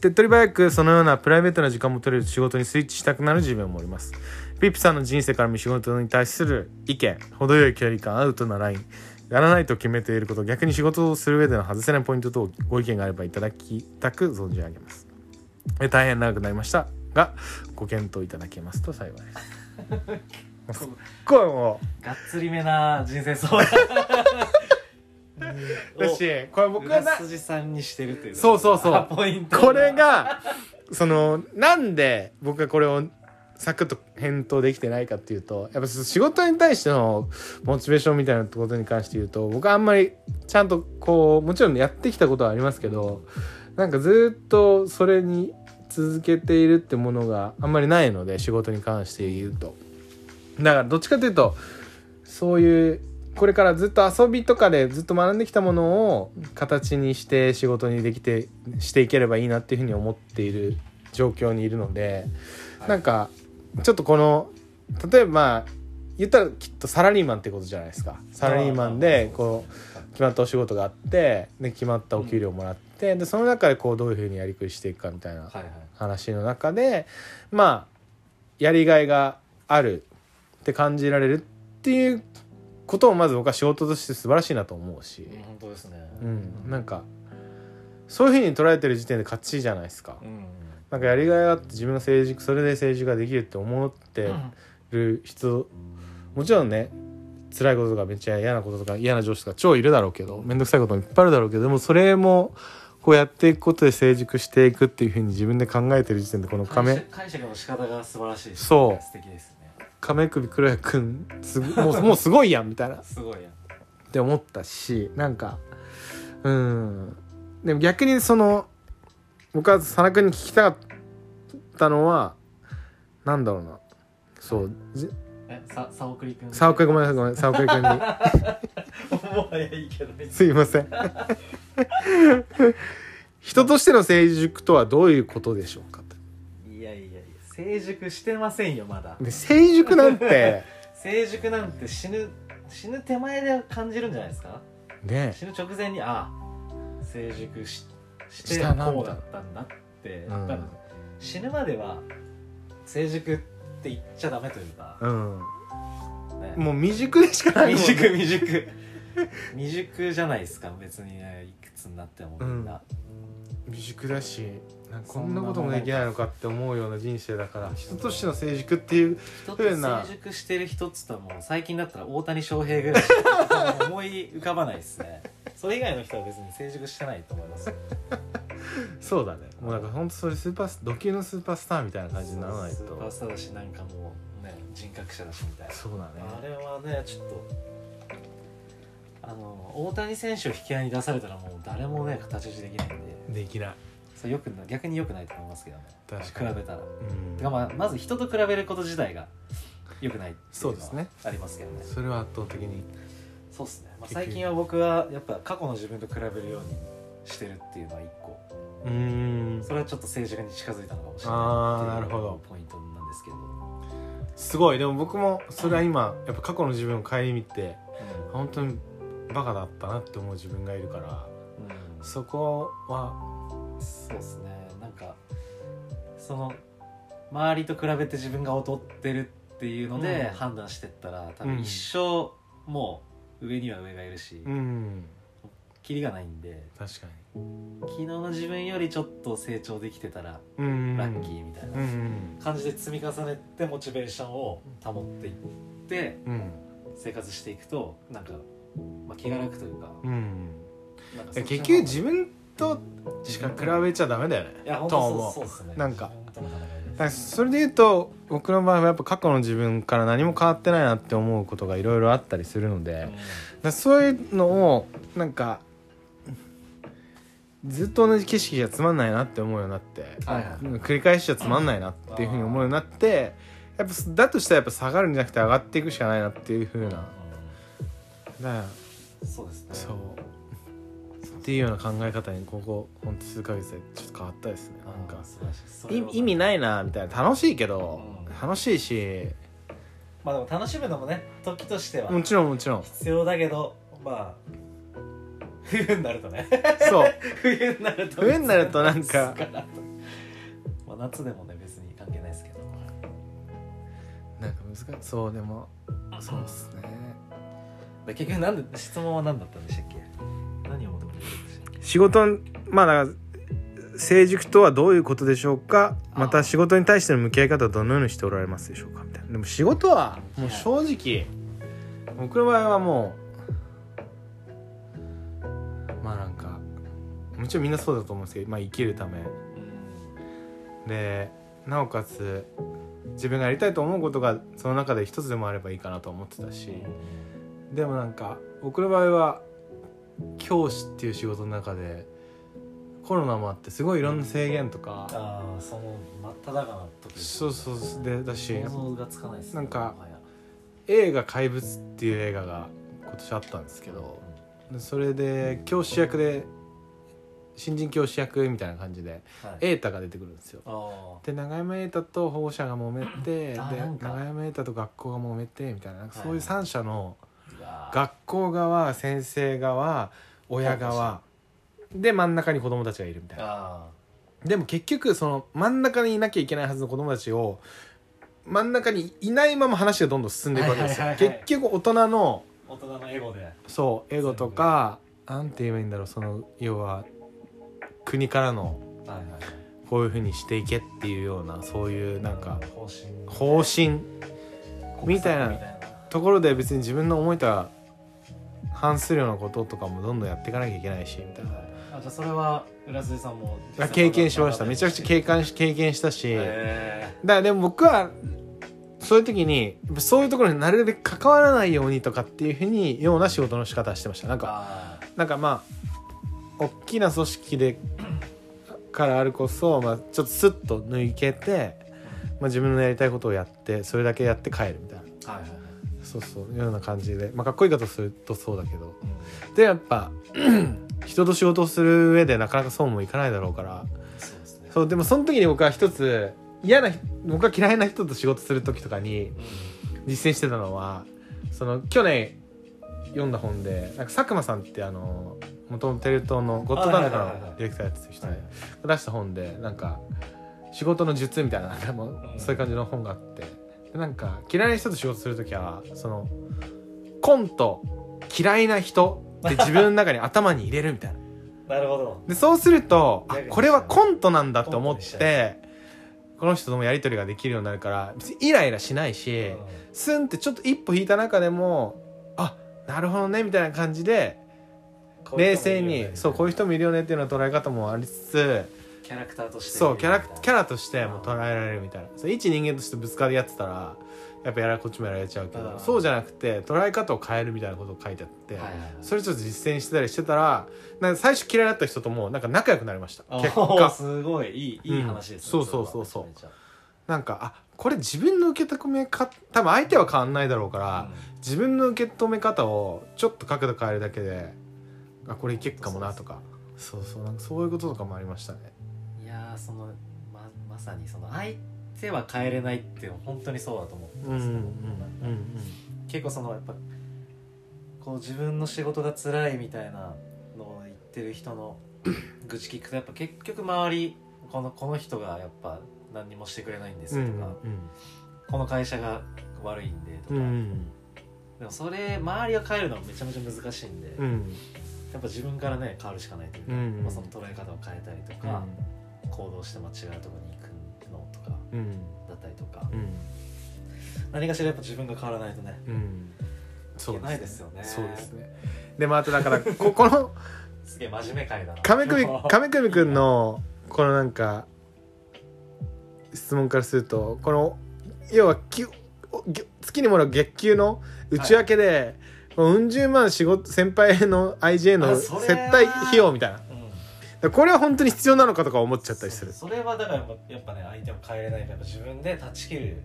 [SPEAKER 1] 手っ取り早くそのようなプライベートな時間も取れる仕事にスイッチしたくなる自分もいます。ピッピさんの人生から見仕事に対する意見程よい距離感アウトなラインやらないと決めていること逆に仕事をする上での外せないポイントとご意見があればいただきたく存じ上げます。えー大変長くなりましたがご検討いただけますと幸いです。これも
[SPEAKER 3] がっつりめな人生相談
[SPEAKER 1] うだしこれ僕
[SPEAKER 3] 僕
[SPEAKER 1] が
[SPEAKER 3] が
[SPEAKER 1] な
[SPEAKER 3] 筋さんにしてるっていう
[SPEAKER 1] そうそうそう
[SPEAKER 3] あポイント
[SPEAKER 1] これがそのなんで僕がこれをサクッと返答できてないかっていうとやっぱその仕事に対してのモチベーションみたいなことに関して言うと僕はあんまりちゃんとこうもちろんやってきたことはありますけどなんかずっとそれに続けているってものがあんまりないので仕事に関して言うとだからどっちかというとそういうこれからずっと遊びとかでずっと学んできたものを形にして仕事にできてしていければいいなっていうふうに思っている状況にいるので、なんかちょっとこの例えばまあ言ったらきっとサラリーマンってことじゃないですかサラリーマンでこう決まったお仕事があってで決まったお給料もらってでその中でこうどういうふうにやりくりしていくかみたいな
[SPEAKER 2] はいはい
[SPEAKER 1] 話の中でまあやりがいがあるって感じられるっていうことをまず僕は仕事として素晴らしいなと思うし、
[SPEAKER 2] うん本当ですね
[SPEAKER 1] うん、なんかそういうふうに捉えてる時点で勝ちじゃないですか。
[SPEAKER 2] うん
[SPEAKER 1] なんかやりがいがあって自分が成熟それで成熟ができるって思ってる人、もちろんね辛いこととかめっちゃ嫌なこととか嫌な上司とか超いるだろうけど面倒くさいこともいっぱいあるだろうけどでもそれもこうやっていくことで成熟していくっていうふうに自分で考えてる時点でこの
[SPEAKER 3] 解
[SPEAKER 1] 亀
[SPEAKER 3] 釈解釈の仕方が素晴らしいし
[SPEAKER 1] そう
[SPEAKER 3] 素敵ですね
[SPEAKER 1] 亀首黒谷くんすごもうもうすごいやんみたいな
[SPEAKER 3] すごいやん
[SPEAKER 1] って思ったしなんかうんでも逆にその僕は佐野君に聞きたかったのはなんだろうなそうじ
[SPEAKER 2] えさサオクリ君
[SPEAKER 1] サオクごめんなさいごめんサオク君に
[SPEAKER 2] もはやいいけど
[SPEAKER 1] すいません人としての成熟とはどういうことでしょうか
[SPEAKER 2] いやいやいや成熟してませんよまだ
[SPEAKER 1] で成熟なん て
[SPEAKER 2] 成熟なんて死ぬ死ぬ手前で感じるんじゃないですか
[SPEAKER 1] ね
[SPEAKER 2] 死ぬ直前にああ成熟しして
[SPEAKER 1] したな
[SPEAKER 2] こうだったんだって、
[SPEAKER 1] うん
[SPEAKER 2] 多分死ぬまでは成熟って言っちゃダメというか、
[SPEAKER 1] うん
[SPEAKER 2] ね
[SPEAKER 1] もう未熟でしかないもんね
[SPEAKER 2] 未熟未熟未熟じゃないですか別にねいくつになってもみんな、
[SPEAKER 1] 未熟だしなんかこんなこともできないのかって思うような人生だから人としての成熟っていう
[SPEAKER 2] 人
[SPEAKER 1] そ
[SPEAKER 2] と
[SPEAKER 1] うやな
[SPEAKER 2] 成熟してる人っつったらもう最近だったら大谷翔平ぐらいしか思い浮かばないですね それ以外の人は別に成熟してないと思います よ
[SPEAKER 1] そうだねもうなんかほんとそれスーパースド級のスーパースターみたいな感じにならない
[SPEAKER 2] スーパー
[SPEAKER 1] と
[SPEAKER 2] スターだしなんかもうね人格者だしみたいな
[SPEAKER 1] そうだ
[SPEAKER 2] あ
[SPEAKER 1] ね
[SPEAKER 2] れはねちょっとあの大谷選手を引き合いに出されたらもう誰もね形打ちできないんで
[SPEAKER 1] できない
[SPEAKER 2] それよくな逆に良くないと思いますけどね
[SPEAKER 1] 確
[SPEAKER 2] 比
[SPEAKER 1] かに
[SPEAKER 2] べたら
[SPEAKER 1] うん
[SPEAKER 2] てかまあまず人と比べること自体が良くないってい
[SPEAKER 1] そうですね
[SPEAKER 2] ありますけどね
[SPEAKER 1] それは圧倒的に
[SPEAKER 2] そうですね、まあ、
[SPEAKER 1] 結局
[SPEAKER 2] 最近は僕はやっぱ過去の自分と比べるようにしてるっていうのは一個
[SPEAKER 1] うーん
[SPEAKER 2] それはちょっと成熟に近づいたのかもしれない
[SPEAKER 1] あー
[SPEAKER 2] っていう
[SPEAKER 1] なるほど
[SPEAKER 2] ポイントなんですけど、
[SPEAKER 1] すごいでも僕もそれは今やっぱ過去の自分を顧みて本当にバカだったなって思う自分がいるから
[SPEAKER 2] うんうん
[SPEAKER 1] そこは
[SPEAKER 2] そうですねなんかその周りと比べて自分が劣ってるっていうので
[SPEAKER 1] うん
[SPEAKER 2] 判断してったら、多
[SPEAKER 1] うん
[SPEAKER 2] 分一生もう上には上がいるし、
[SPEAKER 1] うん
[SPEAKER 2] キリがないんで
[SPEAKER 1] 確かに
[SPEAKER 2] 昨日の自分よりちょっと成長できてたら
[SPEAKER 1] うん
[SPEAKER 2] ラッキーみたいな
[SPEAKER 1] うん
[SPEAKER 2] 感じで積み重ねてモチベーションを保っていって
[SPEAKER 1] うん
[SPEAKER 2] 生活していくとなんか、まあ、気が楽というか
[SPEAKER 1] うん
[SPEAKER 2] なんかそっちの方
[SPEAKER 1] 結
[SPEAKER 2] が
[SPEAKER 1] 局自分としか比べちゃダメだよね
[SPEAKER 2] いや本
[SPEAKER 1] と
[SPEAKER 2] 当
[SPEAKER 1] 思う
[SPEAKER 2] そうそうっすね
[SPEAKER 1] なんか
[SPEAKER 2] 自分との戦いです
[SPEAKER 1] だからそれで言うと僕の場合はやっぱ過去の自分から何も変わってないなって思うことがいろいろあったりするので、だからそういうのをなんかずっと同じ景色じゃつまんないなって思うようになって、
[SPEAKER 2] はいはい
[SPEAKER 1] 繰り返しじゃつまんないなっていうふうに思うようになってやっぱだとしたらやっぱ下がるんじゃなくて上がっていくしかないなっていうふうなだから
[SPEAKER 2] うんそうですね
[SPEAKER 1] そうっていうような考え方にここほんと数ヶ月でちょっと変わったですねなんか
[SPEAKER 2] 素晴らしいそれ
[SPEAKER 1] い
[SPEAKER 2] は
[SPEAKER 1] 意味ないなみたいな楽しいけど、
[SPEAKER 2] うん
[SPEAKER 1] 楽しいし
[SPEAKER 2] まあでも楽しむのもね時としては
[SPEAKER 1] もちろんもち ろん
[SPEAKER 2] 必要だけどまあ冬になるとね
[SPEAKER 1] そう
[SPEAKER 2] 冬になると
[SPEAKER 1] 冬になるとなんか
[SPEAKER 2] 別に まあ夏でもね別に関係ないですけど
[SPEAKER 1] なんか難しそうでもそうっすね
[SPEAKER 2] で結局なんで質問は何だったんでしたっけ何を求めてるんでしたっけ
[SPEAKER 1] 仕事んまあだから成熟とはどういうことでしょうかまた仕事に対しての向き合い方はどのようにしておられますでしょうかみたいなでも仕事はもう正直僕の場合はもうまあなんかもちろんみんなそうだと思うんですけど、まあ、生きるためでなおかつ自分がやりたいと思うことがその中で一つでもあればいいかなと思ってたしでもなんか僕の場合は教師っていう仕事の中でコロナもあってすごいいろんな制限とか
[SPEAKER 2] ああその真っ只中の時
[SPEAKER 1] そうそうそうでだし
[SPEAKER 2] 想像がつかないですね
[SPEAKER 1] なんか
[SPEAKER 2] もはや
[SPEAKER 1] 映画「怪物」っていう映画が今年あったんですけどでそれで教師役で新人教師役みたいな感じで
[SPEAKER 2] はい
[SPEAKER 1] 瑛太が出てくるんですよ。
[SPEAKER 2] ああ
[SPEAKER 1] で永山瑛太と保護者が揉めてで
[SPEAKER 2] あなんか
[SPEAKER 1] 永山瑛太と学校が揉めてみたいななんか
[SPEAKER 2] はい
[SPEAKER 1] そういう三者の
[SPEAKER 2] うわー
[SPEAKER 1] 学校側先生側親側で真ん中に子供たちがいるみたいな
[SPEAKER 2] あ
[SPEAKER 1] でも結局その真ん中にいなきゃいけないはずの子供たちを真ん中にいないまま話がどんどん進んでいくわけですよ
[SPEAKER 2] はいはいはいは
[SPEAKER 1] 結
[SPEAKER 2] い
[SPEAKER 1] 局大人の
[SPEAKER 2] ー大人のエゴで
[SPEAKER 1] そうエゴとかなんて言えばいいんだろうその要は国からの
[SPEAKER 2] はいはいはい
[SPEAKER 1] こういうふうにしていけっていうようなそういうなんか
[SPEAKER 2] 方針
[SPEAKER 1] 方針みたいな
[SPEAKER 2] 国策み
[SPEAKER 1] ところで別に自分の思いとは反するようなこととかもどんどんやっていかなきゃいけないしみたいな
[SPEAKER 2] あじゃあそれは浦添さんも
[SPEAKER 1] あ経験しましためちゃくちゃ経
[SPEAKER 2] 験
[SPEAKER 1] 験し経験したし、
[SPEAKER 2] え
[SPEAKER 1] だからでも僕はそういう時にやっぱそういうところになるべく関わらないようにとかっていうふうにような仕事の仕方してましたなん
[SPEAKER 2] ー、
[SPEAKER 1] か
[SPEAKER 2] あ
[SPEAKER 1] なんかまあ大きな組織でからあるこそ、まあ、ちょっとスッと抜けて、まあ、自分のやりたいことをやってそれだけやって帰るみたいな
[SPEAKER 2] はいはいはい
[SPEAKER 1] そうそうような感じで、まあ、かっこいい方するとそうだけどでやっぱ 人と仕事をする上でなかなかそうもいかないだろうから
[SPEAKER 2] そうですね
[SPEAKER 1] そうでもその時に僕は一つ嫌な僕が嫌いな人と仕事する時とかに実践してたのはその去年読んだ本でなんか佐久間さんってあの元々テレ東の「ゴッドタンとか
[SPEAKER 6] はいはいはいは
[SPEAKER 1] の
[SPEAKER 6] い
[SPEAKER 1] ディレクターやってる人
[SPEAKER 6] はい
[SPEAKER 1] ね出した本でなんか仕事の術みたいななんかもう
[SPEAKER 6] うん
[SPEAKER 1] そういう感じの本があってでなんか嫌いな人と仕事する時はそのコント嫌いな人って自分の中に頭に入れるみ たいな。
[SPEAKER 6] なるほど
[SPEAKER 1] でそうするとあ
[SPEAKER 6] やりましたね
[SPEAKER 1] これはコントなんだって思
[SPEAKER 6] コン
[SPEAKER 1] っ
[SPEAKER 6] トにし
[SPEAKER 1] ってこの人ともやり取りができるようになるから別にイライラしないし、
[SPEAKER 6] うん
[SPEAKER 1] スンってちょっと一歩引いた中でもあなるほどねみたいな感じで
[SPEAKER 6] こういう
[SPEAKER 1] 冷
[SPEAKER 6] 人もいる
[SPEAKER 1] 静
[SPEAKER 6] よね
[SPEAKER 1] にそうこういう人もいるよねっていうの捉え方もありつつ
[SPEAKER 2] キャラクターとして
[SPEAKER 1] そうキャラキャラとしても
[SPEAKER 2] あー
[SPEAKER 1] 捉えられるみたいなそう一人間としてぶつかり合ってたらやっぱやらこっちもやられちゃうけ
[SPEAKER 6] あ
[SPEAKER 1] ど
[SPEAKER 6] ー
[SPEAKER 1] そうじゃなくて捉え方を変えるみたいなことを書いてあって、
[SPEAKER 2] はいはいはい
[SPEAKER 1] それちょっと実践してたりしてたらなんか最初嫌いだった人ともなんか仲良くなりま した
[SPEAKER 2] あ
[SPEAKER 1] 結
[SPEAKER 2] おー
[SPEAKER 1] 果
[SPEAKER 2] すごいいいいい話ですね、
[SPEAKER 1] うんそうそうそうそう
[SPEAKER 2] れはめちゃめち
[SPEAKER 1] なんかあこれ自分の受け止めか多分相手は変わんないだろうから、自分の受け止め方をちょっと角度変えるだけであこれいけっかもなとかそうそうなんかそういうこととかもありましたね
[SPEAKER 2] ゃいやーそのままさにその相手は変えれないっていうの本当にそうだと思
[SPEAKER 1] う
[SPEAKER 2] う
[SPEAKER 1] んうんうん
[SPEAKER 2] 結構そのやっぱこう自分の仕事が辛いみたいなのを言ってる 人の愚痴聞くとやっぱ結局周りこのこの人がやっぱ何にもしてくれないんです
[SPEAKER 1] うんう
[SPEAKER 2] よ
[SPEAKER 1] ん
[SPEAKER 2] とか、この会社が悪いんで
[SPEAKER 1] う
[SPEAKER 2] とか、
[SPEAKER 1] んうん
[SPEAKER 2] でもそれ周りが変えるのはめちゃめちゃ難しいんで、
[SPEAKER 1] う
[SPEAKER 2] や
[SPEAKER 1] ん
[SPEAKER 2] っぱ自分からね変わるしかないというか、
[SPEAKER 1] うん
[SPEAKER 2] まあ、その捉え方を変えたりとか、行動して間違うところに行くのとか
[SPEAKER 1] うん
[SPEAKER 2] だったりとか
[SPEAKER 1] うん
[SPEAKER 2] 何かしらやっぱ自分が変わらないとね
[SPEAKER 1] うん
[SPEAKER 2] い
[SPEAKER 1] そ
[SPEAKER 2] け
[SPEAKER 1] う
[SPEAKER 2] ない
[SPEAKER 1] で
[SPEAKER 2] です
[SPEAKER 1] す
[SPEAKER 2] よ
[SPEAKER 1] ね
[SPEAKER 2] ね
[SPEAKER 1] そうですねでまああとだからこ この
[SPEAKER 2] すげえ真面目会だな
[SPEAKER 1] 亀首亀首くんのこのなんか質問からするとこの要はきおぎ月にもらう月給の内訳で、このうん十万仕事先輩の IJ の
[SPEAKER 2] あそれは
[SPEAKER 1] 接待費用みたいな
[SPEAKER 2] うん
[SPEAKER 1] これは本当に必要なのかとか思っちゃったりする
[SPEAKER 2] それはだからやっぱやっぱね相手も変えれないからやっぱ自分で断ち切る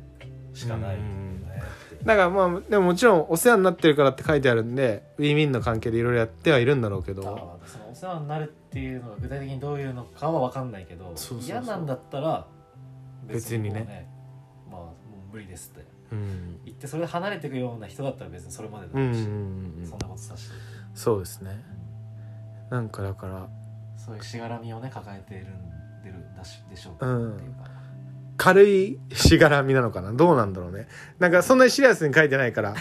[SPEAKER 2] しかないよねっていう
[SPEAKER 1] だからまあでももちろんお世話になってるからって書いてあるんでウィンウィンの関係でいろいろやってはいるんだろうけ
[SPEAKER 2] だ
[SPEAKER 1] ど
[SPEAKER 2] からそのお世話になるっていうのが具体的にどういうのかは分かんないけど
[SPEAKER 1] そうそうそう
[SPEAKER 2] 嫌なんだったらもう
[SPEAKER 1] 別に
[SPEAKER 2] まあもう無理ですって
[SPEAKER 1] うん
[SPEAKER 2] 言ってそれで離れていくような人だったら別にそれまでだ
[SPEAKER 1] うんうん
[SPEAKER 2] し、
[SPEAKER 1] うんうん
[SPEAKER 2] そんなことさして
[SPEAKER 1] そうですねなんかだから
[SPEAKER 2] そういうしがらみをね抱えてるんでるんだしでしょうか
[SPEAKER 1] うん
[SPEAKER 2] っていうか、
[SPEAKER 1] 軽いしがらみなのかなどうなんだろうねなんかそんなにシリアスに書いてない から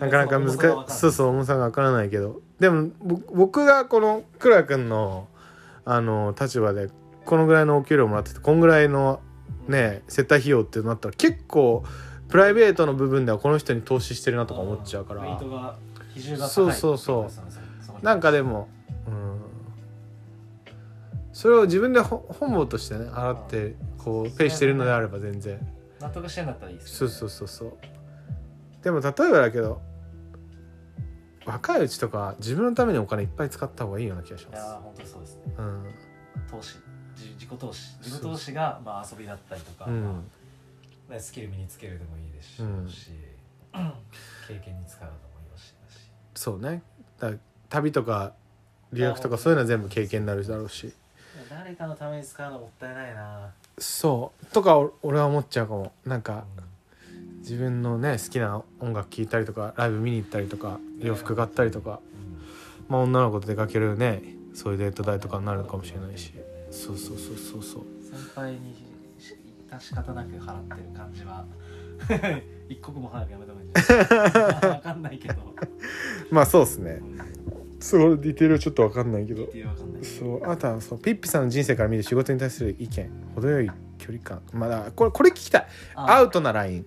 [SPEAKER 1] なかなか難しい
[SPEAKER 2] その重さがわかんない
[SPEAKER 1] そうそう重さがわからないけどでもぼ僕がこのクラ君のあの立場でこのぐらいのお給料もらっててこんぐらいのね接待費用ってなったら結構プライベートの部分ではこの人に投資してるなとか思っちゃうか
[SPEAKER 2] ウェイ
[SPEAKER 1] ら
[SPEAKER 2] トが比重が高い
[SPEAKER 1] そうそうそう
[SPEAKER 2] っていことですよねその人
[SPEAKER 1] なんかでもうんそれを自分でほ本望としてね洗ってこうペイしてるのであれば全然
[SPEAKER 2] 納得してんだったらいいです
[SPEAKER 1] そ
[SPEAKER 2] よ
[SPEAKER 1] う
[SPEAKER 2] ね
[SPEAKER 1] そうそうそうでも例えばだけど若いうちとか自分のためにお金いっぱい使った方がいいような気がし
[SPEAKER 2] い
[SPEAKER 1] ま
[SPEAKER 2] やー
[SPEAKER 1] す
[SPEAKER 2] 本当にそうですね
[SPEAKER 1] うん、
[SPEAKER 2] 投資自自己投資自己投資がまあ遊びだったりとか、
[SPEAKER 1] うん、
[SPEAKER 6] ねスキル身につけるでもいいですし、
[SPEAKER 1] うん
[SPEAKER 6] し経験に使うのもよしだし
[SPEAKER 1] そうねだから旅とか留学とかそういうのは全部経験になるだろうし
[SPEAKER 2] 誰かのために使うのもったいないな
[SPEAKER 1] そうとかお俺は思っちゃうかもなんか
[SPEAKER 6] うん
[SPEAKER 1] 自分のね好きな音楽聴いたりとかライブ見に行ったりとか洋服買ったりとか、まあ、女の子と出かけるねそういうデート代とかになるかもしれないしそうそうそうそうそう
[SPEAKER 2] 先輩にし致し方なく払ってる感じは 一刻も早くやめた方がいいんじゃ ないわかんないけど
[SPEAKER 1] まあそうですね
[SPEAKER 2] うん
[SPEAKER 1] そのディテールはちょっと分かんないけど
[SPEAKER 2] っていうわかんない
[SPEAKER 1] そうあとはそうピッピさんの人生から見る仕事に対する意見程よい距離感まあだからこれこれ聞きたいア
[SPEAKER 2] う
[SPEAKER 1] ウトなライン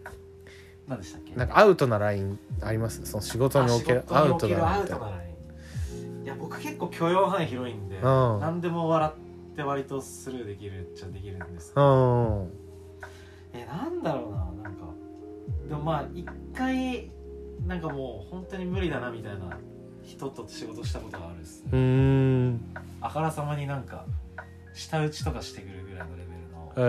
[SPEAKER 2] 何でしたっけ
[SPEAKER 1] なんかアウトなラインありますその仕事におけるアウトなラインみたいな
[SPEAKER 2] ンいや僕結構許容範囲広いんで、
[SPEAKER 1] うん
[SPEAKER 2] 何でも笑って割とスルーできるっちゃできるんですけど
[SPEAKER 1] うん
[SPEAKER 2] えなんだろうななんかでもまあ一回なんかもう本当に無理だなみたいな人と仕事したことがあるっすね、
[SPEAKER 1] うーん
[SPEAKER 2] あからさまになんか舌打ちとかしてくるぐらいのレベルの
[SPEAKER 1] え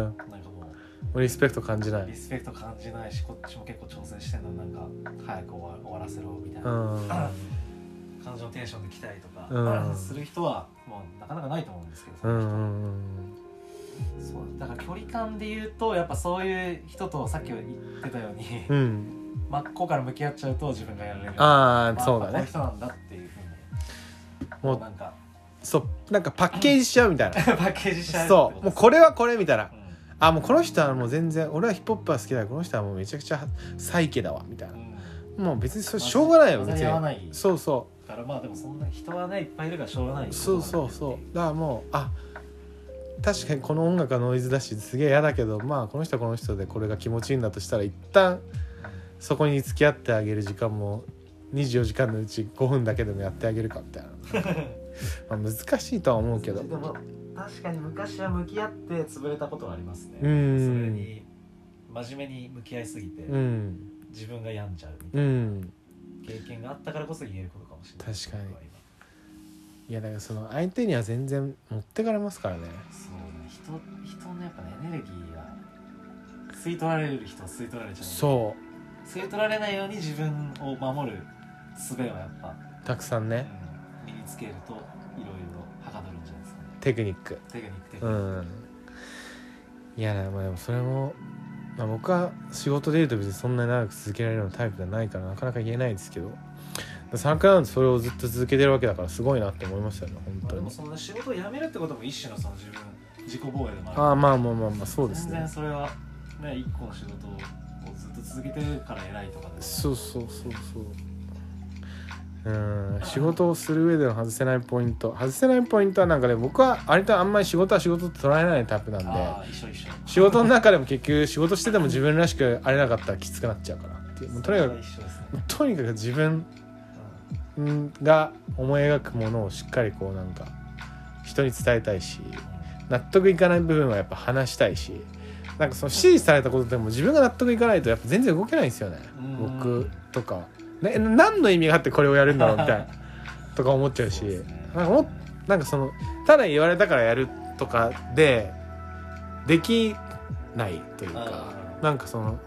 [SPEAKER 1] ー、
[SPEAKER 2] なんかもう
[SPEAKER 1] リスペクト感じない
[SPEAKER 2] リスペクト感じないしこっちも結構挑戦してんのになんか早く終わ終わらせろみたいな、
[SPEAKER 1] うん
[SPEAKER 2] 感じのテンションで来たりとか、
[SPEAKER 1] うん
[SPEAKER 2] する人はもうなかなかないと思うんですけど、
[SPEAKER 1] うんうんうん
[SPEAKER 2] そうだから距離感で言うとやっぱそういう人とさっき言ってたように、
[SPEAKER 1] うん
[SPEAKER 2] 真っ向から向き合っちゃうと自分がやられる
[SPEAKER 1] ああ
[SPEAKER 2] ま
[SPEAKER 1] そうだ
[SPEAKER 2] こういう
[SPEAKER 1] ね
[SPEAKER 2] 人なんだっていうふうに
[SPEAKER 1] も
[SPEAKER 2] も
[SPEAKER 1] う
[SPEAKER 2] うなんか
[SPEAKER 1] そうなんかパッケージしちゃうみたい
[SPEAKER 2] パッケージしちゃ
[SPEAKER 1] な
[SPEAKER 2] う
[SPEAKER 1] そうもうこれはこれみたいな
[SPEAKER 2] れ、
[SPEAKER 1] あもうこの人はもう全然俺はヒップホップは好きだこの人はもうめちゃくちゃサイケだわみたい
[SPEAKER 2] うんう
[SPEAKER 1] な
[SPEAKER 2] ん
[SPEAKER 1] もう別にそれしょうがないよ
[SPEAKER 2] 混
[SPEAKER 1] 別
[SPEAKER 2] ざり合わな
[SPEAKER 1] に
[SPEAKER 2] い
[SPEAKER 1] そうそ
[SPEAKER 2] からまあでもそんな人はねいっぱいいるからしょうがないう
[SPEAKER 1] そうそうそうだからもうあ確かにこの音楽はノイズだしすげえ嫌だけどまあこの人はこの人でこれが気持ちいいんだとしたら一旦そこに付き合ってあげる時間も24時間のうち5分だけでもやってあげるかみたいなまあ難しいとは思うけど
[SPEAKER 2] でも確かに昔は向き合って潰れたことはありますね
[SPEAKER 1] う
[SPEAKER 2] それ
[SPEAKER 1] ん
[SPEAKER 2] に真面目に向き合いすぎて、
[SPEAKER 1] うん
[SPEAKER 2] 自分が病んじゃうみた
[SPEAKER 1] う
[SPEAKER 2] い
[SPEAKER 1] ん
[SPEAKER 2] な経験があったからこそ言えることかもしれない
[SPEAKER 1] 確かにいやだからその相手には全然持ってかれますからね
[SPEAKER 2] そうね人人のやっぱねエネルギーが吸い取られる人は吸い取られちゃう
[SPEAKER 1] そ
[SPEAKER 2] 吸い取られないように自分を守る術はやっぱ、
[SPEAKER 1] うたくさん
[SPEAKER 2] うん
[SPEAKER 1] ね、
[SPEAKER 2] 身につけるといろいろはかどるんじゃないですかね
[SPEAKER 1] テクニック
[SPEAKER 2] テクニックテク
[SPEAKER 1] う
[SPEAKER 2] ニック、
[SPEAKER 1] んいやまあでもそれも、まあ、僕は仕事で言うと別にそんなに長く続けられるようなタイプじゃないからなかなか言えないですけどサンクラウンドそれをずっと続けてるわけだからすごいなって思いましたよね
[SPEAKER 2] ま
[SPEAKER 1] 本
[SPEAKER 2] あ、
[SPEAKER 1] 当
[SPEAKER 2] でも
[SPEAKER 1] に
[SPEAKER 2] その仕事を辞めるってことも一種のその自分自己防衛でもある
[SPEAKER 1] ああまあまあまあまあそうです
[SPEAKER 2] 全然
[SPEAKER 1] ね
[SPEAKER 2] それはね一個の仕事をずっと続けてるから偉いとかでも
[SPEAKER 1] そうそうそうそううん仕事をする上での外せないポイント外せないポイントはなんかね僕は割とあんまり仕事は仕事と捉えないタイプなんで
[SPEAKER 2] ああ一緒一緒
[SPEAKER 1] 仕事の中でも結局仕事してても自分らしくあれなかったらきつくなっちゃうからっていうもうとにか
[SPEAKER 2] それは
[SPEAKER 1] く
[SPEAKER 2] 一緒ですね、
[SPEAKER 1] とにかく自分が思い描くものをしっかりこうなんか人に伝えたいし納得いかない部分はやっぱ話したいしなんかその指示されたことでも自分が納得いかないとやっぱ全然動けないんですよね
[SPEAKER 2] うん
[SPEAKER 1] 僕とかは、ね、何の意味があってこれをやるんだろうみたいなとか思っちゃうし
[SPEAKER 2] そうですね
[SPEAKER 1] なんかもっなんかそのただ言われたからやるとかでできないというか
[SPEAKER 2] あ
[SPEAKER 1] なんかその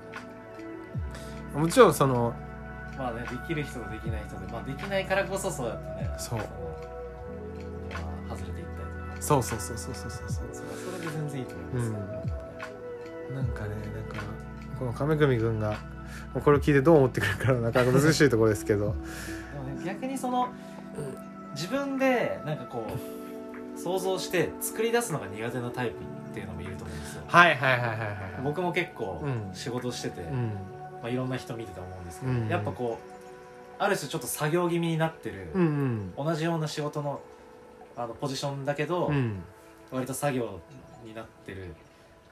[SPEAKER 1] もちろんその
[SPEAKER 2] ーまあねできる人とできない人でまあできないからこそそうやってね
[SPEAKER 1] そう
[SPEAKER 2] のまあ外れていったりとか
[SPEAKER 1] そうそうそうそうそうそうそう
[SPEAKER 2] それはそれで全然いいと思います
[SPEAKER 1] なんかねなんかこの亀組君がもうこれを聞いてどう思ってくるかはなかなか難しいところですけど
[SPEAKER 2] でもね逆にその自分でなんかこう想像して作り出すのが苦手なタイプっていうのもいると思うんですよ
[SPEAKER 1] はいはいはいはいはいはい
[SPEAKER 2] 僕も結構
[SPEAKER 1] うん
[SPEAKER 2] 仕事してて、
[SPEAKER 1] うん
[SPEAKER 2] まあ、いろんな人見てたと思うんですけど、
[SPEAKER 1] うん
[SPEAKER 2] やっぱこうある種ちょっと作業気味になってる、
[SPEAKER 1] うん
[SPEAKER 2] 同じような仕事のあのポジションだけど、
[SPEAKER 1] うん
[SPEAKER 2] 割と作業になってる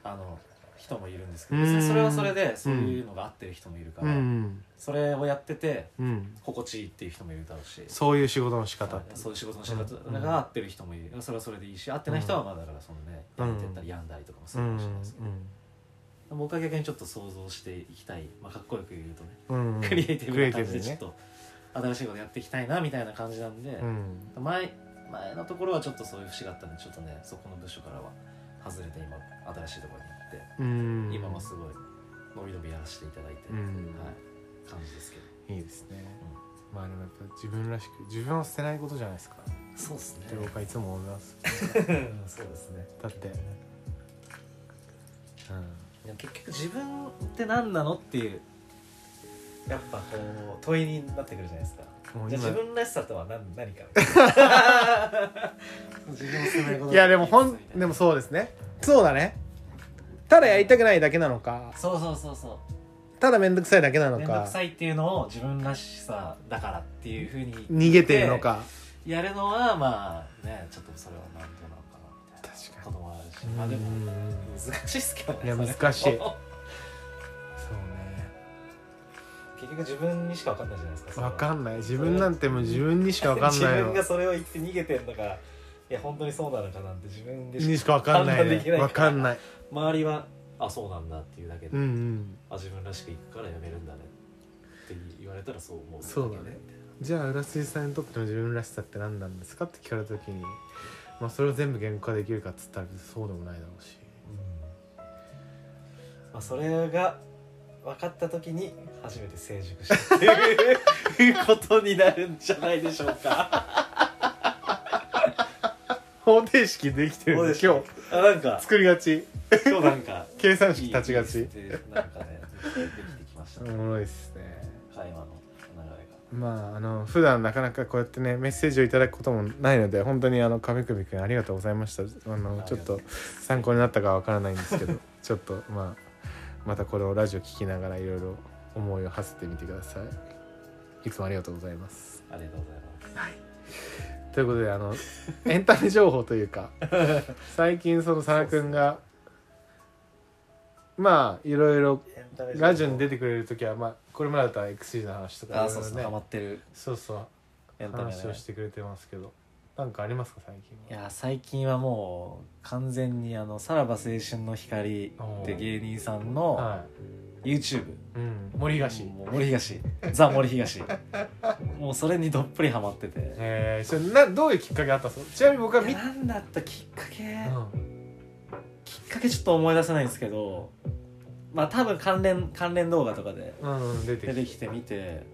[SPEAKER 2] あの人もいるんですけ
[SPEAKER 1] う
[SPEAKER 2] ど
[SPEAKER 1] ん
[SPEAKER 2] 別にそれはそれでそういうのが合ってる人もいるか
[SPEAKER 1] う
[SPEAKER 2] ら、
[SPEAKER 1] ん
[SPEAKER 2] それをやってて
[SPEAKER 1] うん
[SPEAKER 2] 心地いいっていう人もいるだろうし。
[SPEAKER 1] そういう仕事の仕方って
[SPEAKER 2] そういう仕事の仕方が合ってる人もいる、それはそれでいいし合ってない人はまあだからそのね、
[SPEAKER 1] うん
[SPEAKER 2] やってったり病んだりとかもす
[SPEAKER 1] う
[SPEAKER 2] るか
[SPEAKER 1] ん
[SPEAKER 2] もしれないですけど、僕は逆にちょっと想像していきたい、まあ、かっこよく言うとね
[SPEAKER 1] うんうん
[SPEAKER 2] クリエイティブな感じ
[SPEAKER 1] ク
[SPEAKER 2] で
[SPEAKER 1] リ
[SPEAKER 2] ち
[SPEAKER 1] エ
[SPEAKER 2] ょ
[SPEAKER 1] イ
[SPEAKER 2] っ
[SPEAKER 1] ティ
[SPEAKER 2] と新しいことやっていきたいなみたいな感じなんで
[SPEAKER 1] ブ、にね
[SPEAKER 2] 前前のところはちょっとそういう節があったんでちょっとねそこの部署からは外れて今新しいところに行っ
[SPEAKER 1] う
[SPEAKER 2] て、
[SPEAKER 1] んうん
[SPEAKER 2] 今はすごい伸び伸びやらせていただいて、
[SPEAKER 1] うん
[SPEAKER 2] はい、感じですけど
[SPEAKER 1] いいですねまあでもやっぱ自分らしく自分を捨てないことじゃないですか
[SPEAKER 2] そうですね
[SPEAKER 1] って僕はいつも思います
[SPEAKER 2] そうですね
[SPEAKER 1] だってうん
[SPEAKER 2] でも結局自分って何なのっていうやっぱこう問いになってくるじゃないですか
[SPEAKER 1] もう今
[SPEAKER 2] じゃあ自分らしさとは何 何か自分を責めること
[SPEAKER 1] いやでもほんでもそうですねそうだねただやりたくないだけなのか
[SPEAKER 2] そうそうそうそう
[SPEAKER 1] ただ面倒くさいだけなの
[SPEAKER 2] 面倒
[SPEAKER 1] か
[SPEAKER 2] くさいっていうのを自分らしさだからっていうふうに
[SPEAKER 1] 逃げてるのか
[SPEAKER 2] やるのはまあねちょっとそれは何となのかなみたい
[SPEAKER 1] 確
[SPEAKER 2] なこともあるしまあでも難しいっすけどね
[SPEAKER 1] いや
[SPEAKER 2] それ
[SPEAKER 1] 難しい
[SPEAKER 2] 結
[SPEAKER 1] そう
[SPEAKER 2] 局自分にしか分かんないじゃないですか
[SPEAKER 1] ね
[SPEAKER 2] それは
[SPEAKER 1] わかんない自分なんてもう自分にしかわかん
[SPEAKER 2] 自
[SPEAKER 1] ない
[SPEAKER 2] 分
[SPEAKER 1] よ
[SPEAKER 2] がそれを言って逃げてんだからいや本当にそうなのかなんて自分で
[SPEAKER 1] に
[SPEAKER 2] し
[SPEAKER 1] し
[SPEAKER 2] か
[SPEAKER 1] かわかんない
[SPEAKER 2] 判断できな
[SPEAKER 1] ね
[SPEAKER 2] い
[SPEAKER 1] わかんない
[SPEAKER 2] 周りはあそうなんだっていうだけで、
[SPEAKER 1] うんうん
[SPEAKER 2] あ自分らしくいくからやめるんだねって言われたらそう思う
[SPEAKER 1] そうだねじゃあ浦杉さんにとっての自分らしさって何なんですかって聞かれた時にまあそれを全部言語化できるかっつったらそうでもないだろうし
[SPEAKER 2] う
[SPEAKER 7] まあ、それが分かった時に初めて成熟したっていうことになるんじゃないでしょうか
[SPEAKER 1] 方程式できて
[SPEAKER 7] そうで
[SPEAKER 1] るね
[SPEAKER 7] す
[SPEAKER 1] 今
[SPEAKER 7] よ
[SPEAKER 1] 日
[SPEAKER 7] あなんか
[SPEAKER 1] 作りがち
[SPEAKER 7] 今日なんか
[SPEAKER 1] 計算式立ちが
[SPEAKER 7] いい
[SPEAKER 1] ち
[SPEAKER 7] ペースでなんかねできてきました
[SPEAKER 1] お
[SPEAKER 7] ね
[SPEAKER 1] もろいっすね
[SPEAKER 7] 会話の流れが
[SPEAKER 1] まああの普段なかなかこうやってねメッセージをいただくこともないので本当にあの亀久美君ありがとうございましたあの
[SPEAKER 7] あ
[SPEAKER 1] ちょっと参考になったかわからないんですけど ちょっとまあまたこれをラジオ聞きながらいろいろ思いを馳せてみてくださいいつもありがとうございます
[SPEAKER 7] ありがとうございます
[SPEAKER 1] ということであ のエンタメ情報というか最近その佐野くんがまあいろいろラジオに出てくれる時はまあこれまでだったら XG の話とか
[SPEAKER 2] あ
[SPEAKER 1] い
[SPEAKER 2] ー
[SPEAKER 1] ろい
[SPEAKER 2] そう
[SPEAKER 1] ろ
[SPEAKER 2] そう
[SPEAKER 1] ね
[SPEAKER 2] ハマってる
[SPEAKER 1] そうそう
[SPEAKER 2] エンタメ、ね、
[SPEAKER 1] 話をしてくれてますけどなんかありますか最近
[SPEAKER 2] いや最近はもう完全にあの「さらば青春の光」って芸人さん
[SPEAKER 1] は
[SPEAKER 2] の
[SPEAKER 1] は
[SPEAKER 2] YouTube
[SPEAKER 1] い、うん、森東
[SPEAKER 2] もう森東ザ・森東もうそれにどっぷりハマってて
[SPEAKER 1] えー、それなどういうきっかけあったんですかちなみに僕は見
[SPEAKER 2] 何だったきっかけ
[SPEAKER 1] うん
[SPEAKER 2] きっかけちょっと思い出せないんですけどまあ多分関連関連動画とかで
[SPEAKER 1] うん、うん、出て
[SPEAKER 2] 出
[SPEAKER 1] きて
[SPEAKER 2] てきて見て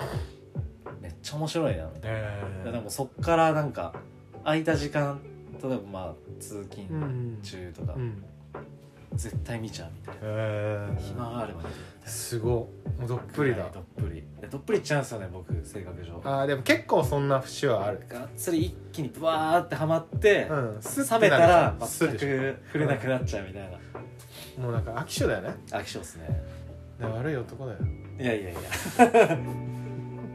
[SPEAKER 2] めっちゃ面白いなみたい
[SPEAKER 1] えー、
[SPEAKER 2] なでもそっからなんか空いた時間例えばまあ通
[SPEAKER 1] うんう
[SPEAKER 2] 勤
[SPEAKER 1] ん
[SPEAKER 2] 中とか
[SPEAKER 1] うん
[SPEAKER 2] 絶対見ちゃうみたいな
[SPEAKER 1] え
[SPEAKER 2] 暇があれば見る
[SPEAKER 1] ー、すごいもうどっぷりだ
[SPEAKER 2] どっぷりでどっぷりいっちゃうんですよね僕性格上
[SPEAKER 1] あーでも結構そんな節はある
[SPEAKER 2] がっつり一気にブワーってハマって、
[SPEAKER 1] うんスッてな
[SPEAKER 2] 冷
[SPEAKER 1] る
[SPEAKER 2] めたら
[SPEAKER 1] スッ
[SPEAKER 2] 全
[SPEAKER 1] でしょ
[SPEAKER 2] く触れなくなっちゃうみたいな
[SPEAKER 1] もうなんか飽き性だよね
[SPEAKER 2] 飽き性ですね
[SPEAKER 1] で悪い男だよ
[SPEAKER 2] いや いやいや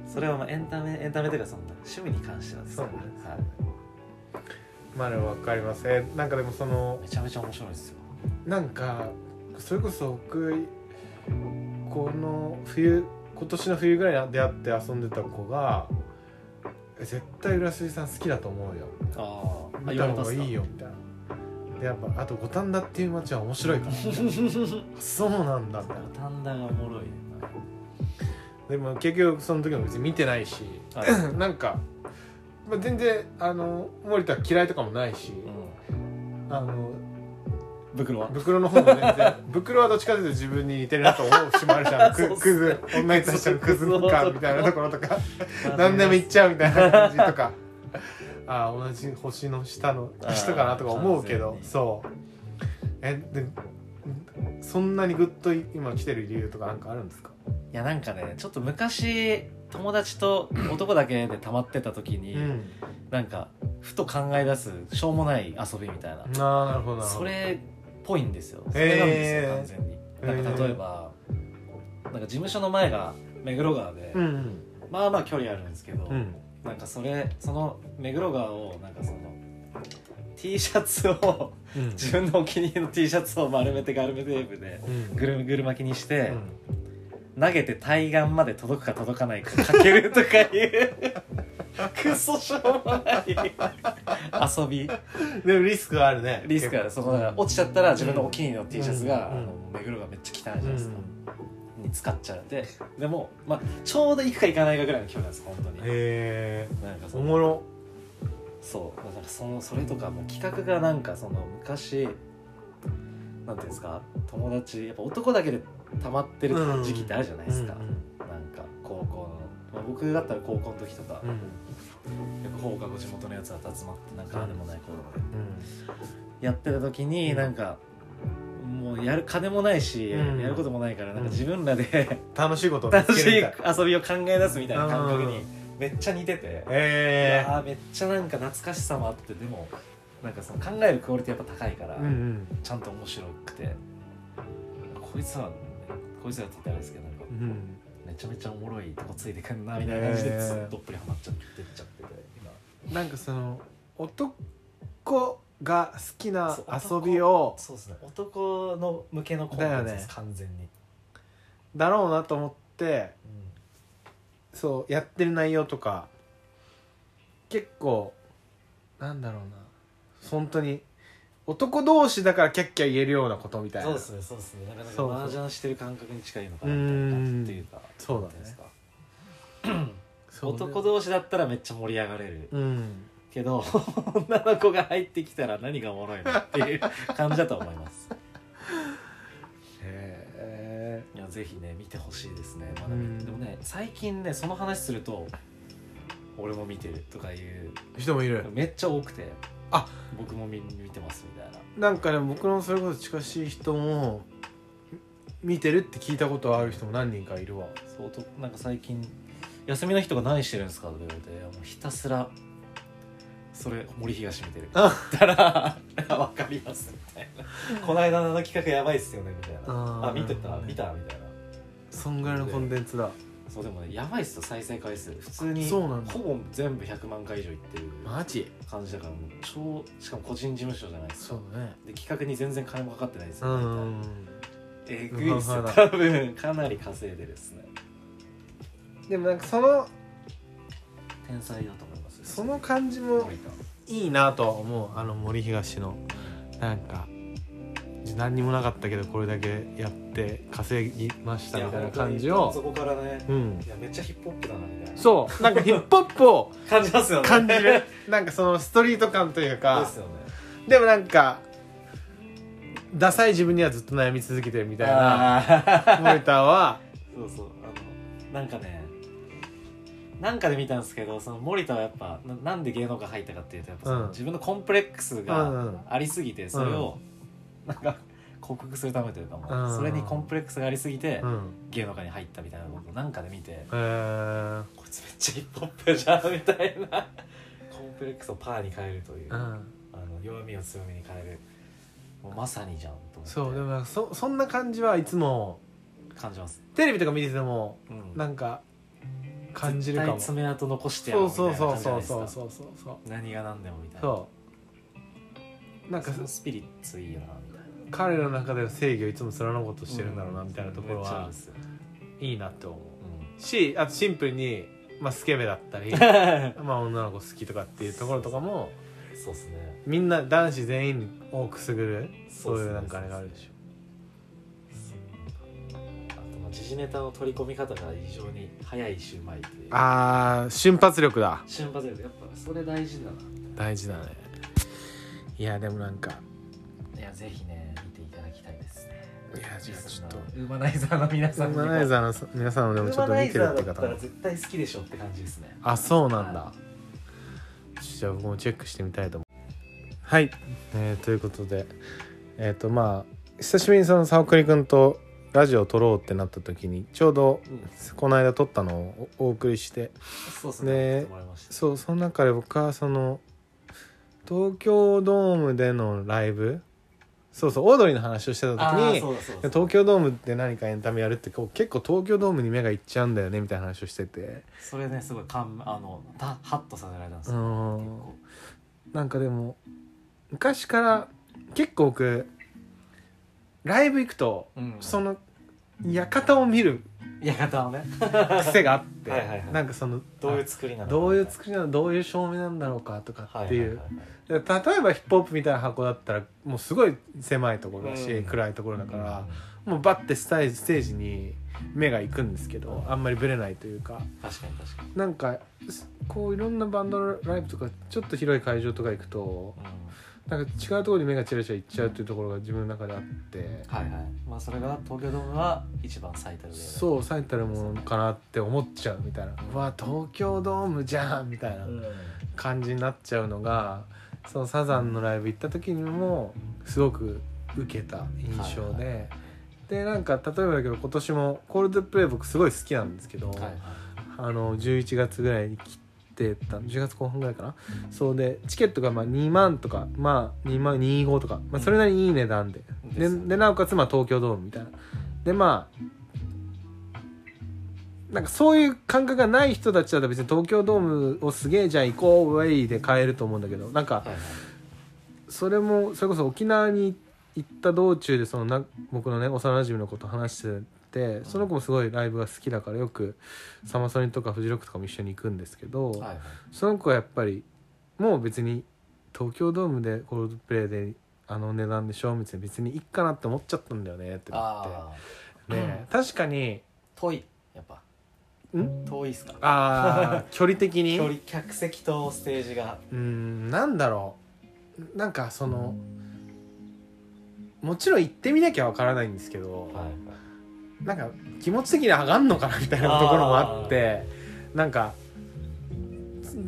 [SPEAKER 2] それはまあエンタメエンタメというかその趣味に関してはですね、は
[SPEAKER 1] まあでもわかりますえーなんかでもその
[SPEAKER 2] い、めちゃめちゃ面白いですよ
[SPEAKER 1] なんかそれこそ僕この冬今年の冬ぐらいに出会って遊んでた子が「え絶対浦杉さん好きだと思うよ
[SPEAKER 2] ああ
[SPEAKER 1] 見た方がいいよ」みたいな。でやっぱあと五反田っていう街は面白いからあそうなんだみたいな
[SPEAKER 2] 五反田がおも ろいな
[SPEAKER 1] でも結局その時も別に見てないしなんか、まあ、全然あの森田嫌いとかもないし
[SPEAKER 2] うん
[SPEAKER 1] あの
[SPEAKER 2] 袋は
[SPEAKER 1] 袋の方も全然 袋はどっちかというと自分に似てるなと思う節もあるじゃん
[SPEAKER 2] そう
[SPEAKER 1] く
[SPEAKER 2] っすね
[SPEAKER 1] クズ女に対してのクズ感みたいなところとか何でも言っ
[SPEAKER 2] っ
[SPEAKER 1] ちゃうみたいな感じとか ああ同じ星の下の
[SPEAKER 2] あー
[SPEAKER 1] 人かなとか思うけど
[SPEAKER 2] 完全に
[SPEAKER 1] そうえでそんなにグッと今来てる理由とかなんかあるんですか、
[SPEAKER 2] いやなんかねちょっと昔友達と男だけで溜まってた時に、
[SPEAKER 1] うん、
[SPEAKER 2] なんかふと考え出すしょうもない遊びみたいな
[SPEAKER 1] ああなるほどなるほ
[SPEAKER 2] そ
[SPEAKER 1] ど
[SPEAKER 2] れっぽいんですよそれなんですよ、
[SPEAKER 1] へー
[SPEAKER 2] 完全になんか例えば、なんか事務所の前が目黒川で、
[SPEAKER 1] うんうん
[SPEAKER 2] まあまあ距離あるんですけど、
[SPEAKER 1] うん
[SPEAKER 2] なんかそれその目黒川をなんかその T シャツを
[SPEAKER 1] うん
[SPEAKER 2] 自分のお気に入りの T シャツを丸めてガルメテープで
[SPEAKER 1] うん
[SPEAKER 2] ぐるぐる巻きにして
[SPEAKER 1] う、ん
[SPEAKER 2] 投げて対岸まで届くか届かないかかけるとかいう クソしょうもない遊び
[SPEAKER 1] でもリスクがあるね
[SPEAKER 2] リスクある
[SPEAKER 1] 結
[SPEAKER 2] そ
[SPEAKER 1] 構
[SPEAKER 2] のだから落ちちゃったら自分のお気に入りの T シャツが、
[SPEAKER 1] うん
[SPEAKER 2] あの目黒がめっちゃ汚いじ
[SPEAKER 1] う
[SPEAKER 2] ゃないですか、
[SPEAKER 1] ん
[SPEAKER 2] に使っちゃってでも、まあ、ちょうど行くか行かないかぐらいの距離なんです本当に
[SPEAKER 1] へえ
[SPEAKER 2] なんかそ
[SPEAKER 1] お
[SPEAKER 2] の
[SPEAKER 1] もろ
[SPEAKER 2] そうだからそのそれとかもう企画がなんかその昔なんていうんですか友達やっぱ男だけで溜まってる時期ってあるじゃないですか、
[SPEAKER 1] うん
[SPEAKER 2] なんか高校の、まあ、僕だったら高校の時とか、
[SPEAKER 1] うん
[SPEAKER 2] よく放課後地元のやつらと集まってなんかああでもないこうでもない
[SPEAKER 1] うん
[SPEAKER 2] やってた時に
[SPEAKER 1] うん
[SPEAKER 2] なんか、もうやる金もないし、
[SPEAKER 1] うん
[SPEAKER 2] やることもないからなん
[SPEAKER 1] うん
[SPEAKER 2] か自分らで
[SPEAKER 1] 楽しいことを見
[SPEAKER 2] 楽
[SPEAKER 1] つ
[SPEAKER 2] し
[SPEAKER 1] け
[SPEAKER 2] い
[SPEAKER 1] るみたい
[SPEAKER 2] 遊びを考え出すみたいな感覚
[SPEAKER 1] う
[SPEAKER 2] に
[SPEAKER 1] ん
[SPEAKER 2] めっちゃ似てて、い
[SPEAKER 1] え
[SPEAKER 2] やーめっちゃなんか懐かしさもあってでもなんかその考えるクオリティやっぱ高いから、
[SPEAKER 1] えうん
[SPEAKER 2] ちゃんと面白くてこいつはこいつらって言ったらあれですけどなんか
[SPEAKER 1] うんうん
[SPEAKER 2] めちゃめちゃおもろいとこついてくんなみたいな感じで
[SPEAKER 1] へ
[SPEAKER 2] ず
[SPEAKER 1] ー
[SPEAKER 2] っとどっぷりハマっちゃってっちゃってて今
[SPEAKER 1] なんかその男が好きな
[SPEAKER 2] そう
[SPEAKER 1] 遊
[SPEAKER 2] 男
[SPEAKER 1] びを
[SPEAKER 2] そうですね男の向けのコンテンツです、
[SPEAKER 1] だよね
[SPEAKER 2] 完全に。
[SPEAKER 1] だろうなと思ってそうやってる内容とか結構なんだろうな本当に男同士だからキャッキャ言えるようなことみたいな
[SPEAKER 2] そうですねそうですねなかな
[SPEAKER 1] そうそう
[SPEAKER 2] か麻雀してる感覚に近いのかな
[SPEAKER 1] う
[SPEAKER 2] みたい
[SPEAKER 1] ーん
[SPEAKER 2] な感じっていうか
[SPEAKER 1] そうだね
[SPEAKER 2] なんていんですか
[SPEAKER 1] そう
[SPEAKER 2] 男同士だったらめっちゃ盛り上がれる
[SPEAKER 1] うん
[SPEAKER 2] けど 女の子が入ってきたら何がおもろいのっていう感じだと思います
[SPEAKER 1] へえ
[SPEAKER 2] ぜひね見てほしいですねまだ
[SPEAKER 1] う
[SPEAKER 2] 見
[SPEAKER 1] ん
[SPEAKER 2] でもね最近ねその話すると俺も見てるとかいう
[SPEAKER 1] 人もいる
[SPEAKER 2] めっちゃ多くて
[SPEAKER 1] あ
[SPEAKER 2] 僕も見見てますみたいな
[SPEAKER 1] なんかね僕のそれこそ近しい人も見てるって聞いたことある人も何人かいるわ
[SPEAKER 2] そうとなんか最近「休みの日とか何してるんですか?」とか言われていやもうひたすらそれ森東見てるだから「 わかります」みたいな「この間の企画やばいっすよね」みたいな「
[SPEAKER 1] あー
[SPEAKER 2] あ見て
[SPEAKER 1] な
[SPEAKER 2] た
[SPEAKER 1] るほどね
[SPEAKER 2] 見た」みたいな
[SPEAKER 1] そんぐらいのコンテンツだ
[SPEAKER 2] そうでもねやばいっすよ再生回数普通に
[SPEAKER 1] そうなんだ
[SPEAKER 2] ほぼ全部100万回以上いってる
[SPEAKER 1] マジ
[SPEAKER 2] 感じだからもう超しかも個人事務所じゃないですか
[SPEAKER 1] そうね
[SPEAKER 2] で企画に全然金もかかってないです
[SPEAKER 1] う
[SPEAKER 2] よ、ね、
[SPEAKER 1] ん
[SPEAKER 2] えぐいっすよ
[SPEAKER 1] うん
[SPEAKER 2] 多分かなり稼いでですね
[SPEAKER 1] でもなんかその
[SPEAKER 2] 天才だと思います
[SPEAKER 1] その感じも
[SPEAKER 2] 森田
[SPEAKER 1] いいなとは思うあの森東のなんか何にもなかったけどこれだけやって稼ぎましたみたいな感じ
[SPEAKER 2] そ
[SPEAKER 1] を
[SPEAKER 2] こからね
[SPEAKER 1] うん
[SPEAKER 2] いやめっちゃヒップホップだなみたいな
[SPEAKER 1] そうなんかヒップホップを
[SPEAKER 2] う感じますよね
[SPEAKER 1] 感じる なんかそのストリート感という
[SPEAKER 2] で
[SPEAKER 1] か
[SPEAKER 2] すよね
[SPEAKER 1] でもなんかダサい自分にはずっと悩み続けてるみたいな
[SPEAKER 2] あー
[SPEAKER 1] 森田は
[SPEAKER 2] そうそうあのなんかねなんかで見たんですけどその森田はやっぱななんで芸能界入ったかっていうとやっぱその
[SPEAKER 1] うん
[SPEAKER 2] 自分のコンプレックス
[SPEAKER 1] う
[SPEAKER 2] が
[SPEAKER 1] んうん
[SPEAKER 2] ありすぎてそれをなんか克服するためというかもう
[SPEAKER 1] うん
[SPEAKER 2] それにコンプレックスがありすぎて
[SPEAKER 1] うん
[SPEAKER 2] 芸能界に入ったみたいなことをなんかで見て
[SPEAKER 1] えー
[SPEAKER 2] こいつめっちゃヒップホップじゃんみたいなコンプレックスをパーに変えるという
[SPEAKER 1] う
[SPEAKER 2] あ
[SPEAKER 1] ん
[SPEAKER 2] の弱みを強みに変えるもうまさにじゃんと思って
[SPEAKER 1] そうでもなんかそそんな感じはいつも
[SPEAKER 2] 感じます、
[SPEAKER 1] テレビとか見てても
[SPEAKER 2] うん
[SPEAKER 1] なんか感じるかも
[SPEAKER 2] 絶対爪痕残してやろ
[SPEAKER 1] そうう
[SPEAKER 2] みたい
[SPEAKER 1] そう
[SPEAKER 2] な感
[SPEAKER 1] そう
[SPEAKER 2] じじゃ
[SPEAKER 1] そ
[SPEAKER 2] ないうです
[SPEAKER 1] そうそ
[SPEAKER 2] か
[SPEAKER 1] うそうそう
[SPEAKER 2] 何が何でもみたいな
[SPEAKER 1] そうなんか
[SPEAKER 2] そのスピリッツいいよなみたいな
[SPEAKER 1] 彼らの中での正義をいつも貫こうとしてるんだろうなみたいなところ
[SPEAKER 2] めっちゃある
[SPEAKER 1] は
[SPEAKER 2] んですよ
[SPEAKER 1] いいなって思う
[SPEAKER 2] う
[SPEAKER 1] しあとシンプルに、まあ、スケベだったり
[SPEAKER 2] ん
[SPEAKER 1] まあ女の子好きとかっていうところとかも
[SPEAKER 2] そうっすね
[SPEAKER 1] みんな男子全員をくすぐるそういうなんかあれがあるでし
[SPEAKER 2] あとまあ時事ネタの取り込み方が異常に早いシュウマイっていう
[SPEAKER 1] ょあー瞬発力だ
[SPEAKER 2] 瞬発力やっぱそれ大事だな
[SPEAKER 1] 大事だねいやでもなんか
[SPEAKER 2] いやぜひね見ていただきたいですね
[SPEAKER 1] いやちょっと
[SPEAKER 2] ウーマナイザーの皆
[SPEAKER 1] ウ
[SPEAKER 2] さん
[SPEAKER 1] ー
[SPEAKER 2] に
[SPEAKER 1] マナイザーの皆さんもでもちょっと見てるって
[SPEAKER 2] ウーマナイザーだった
[SPEAKER 1] 方
[SPEAKER 2] ら
[SPEAKER 1] も
[SPEAKER 2] 絶対好きでしょって感じですね
[SPEAKER 1] あそうなんだじゃあ僕もチェックしてみたいと思うはい、えーということでえっ、とまあ久しぶりにその沢栗くんとラジオを撮ろうってなった時にちょうど
[SPEAKER 2] うん
[SPEAKER 1] この間撮ったのをおお送りして
[SPEAKER 2] そうっす
[SPEAKER 1] ね
[SPEAKER 2] ね送ってもらいました
[SPEAKER 1] そうその中で僕はその東京ドームでのライブそうそうオードリーの話をしてた時
[SPEAKER 2] あー
[SPEAKER 1] に
[SPEAKER 2] そうだそうだ
[SPEAKER 1] 東京ドームって何かエンタメやるってこう結構東京ドームに目がいっちゃうんだよねみたいな話をしてて
[SPEAKER 2] それねすごい感あのたハッとさせられたんです
[SPEAKER 1] う
[SPEAKER 2] よ、
[SPEAKER 1] ん
[SPEAKER 2] 結構
[SPEAKER 1] なんかでも昔から結構僕ライブ行くと
[SPEAKER 2] うん
[SPEAKER 1] その館を見る
[SPEAKER 2] 館をね
[SPEAKER 1] 癖があって
[SPEAKER 2] はいはいはい
[SPEAKER 1] なんかその
[SPEAKER 2] どういう作りなの
[SPEAKER 1] どういう作りなのどういう照明なんだろうかとか
[SPEAKER 2] はい
[SPEAKER 1] って
[SPEAKER 2] はいいはいう
[SPEAKER 1] 例えばヒップホップみたいな箱だったらもうすごい狭いところだし、
[SPEAKER 2] うん
[SPEAKER 1] 暗いところだか
[SPEAKER 2] う
[SPEAKER 1] ら
[SPEAKER 2] ん、
[SPEAKER 1] もうバッてスタイステージに目が行くんですけどあんまりブレないというか
[SPEAKER 2] 確かに確かに、
[SPEAKER 1] なんかすこういろんなバンドのライブとかちょっと広い会場とか行くとなんか違うところに目がチラチラ行っちゃうっていうところが自分の中であって
[SPEAKER 2] はいはいまあそれが東京ドームは一番最たる例だ
[SPEAKER 1] そう最たるものかなって思っちゃうみたいなうわ東京ドームじゃんみたいな
[SPEAKER 2] うん
[SPEAKER 1] 感じになっちゃうのがそのサザンのライブ行った時にもすごく受けた印象で、
[SPEAKER 2] はい
[SPEAKER 1] でなんか例えばだけど今年もコールドプレイ僕すごい好きなんですけど、
[SPEAKER 2] はいはい
[SPEAKER 1] あの11月ぐらいに来てた10月後半ぐらいかな、そうでチケットがまあ2万とかまあ2万25とか、まあ、それなりにいい値段で、
[SPEAKER 2] うん
[SPEAKER 1] で
[SPEAKER 2] ですよね
[SPEAKER 1] でなおかつまあ東京ドームみたいなでまあなんかそういう感覚がない人たちだと別に東京ドームをすげえじゃあ行こうウェイで買えると思うんだけどなんか
[SPEAKER 2] はいはい
[SPEAKER 1] それもそれこそ沖縄に行った道中でそのな僕のね幼馴染のこと話しててその子もすごいライブが好きだからよくサマソニとかフジロックとかも一緒に行くんですけど、
[SPEAKER 2] はいはい
[SPEAKER 1] その子はやっぱりもう別に東京ドームでコールドプレイであの値段でしょ別に別にいいかなって思っちゃったんだよねってなっ
[SPEAKER 2] ああ
[SPEAKER 1] て、ね確かに
[SPEAKER 2] 遠いやっぱ
[SPEAKER 1] ん
[SPEAKER 2] 遠いっすか
[SPEAKER 1] あー 距離的に
[SPEAKER 2] 距離客席とステージが
[SPEAKER 1] うーんなんだろうなんかそのもちろん行ってみなきゃわからないんですけど、
[SPEAKER 2] はいはい
[SPEAKER 1] なんか気持ち的に上がんのかなみたいなところもあってなんか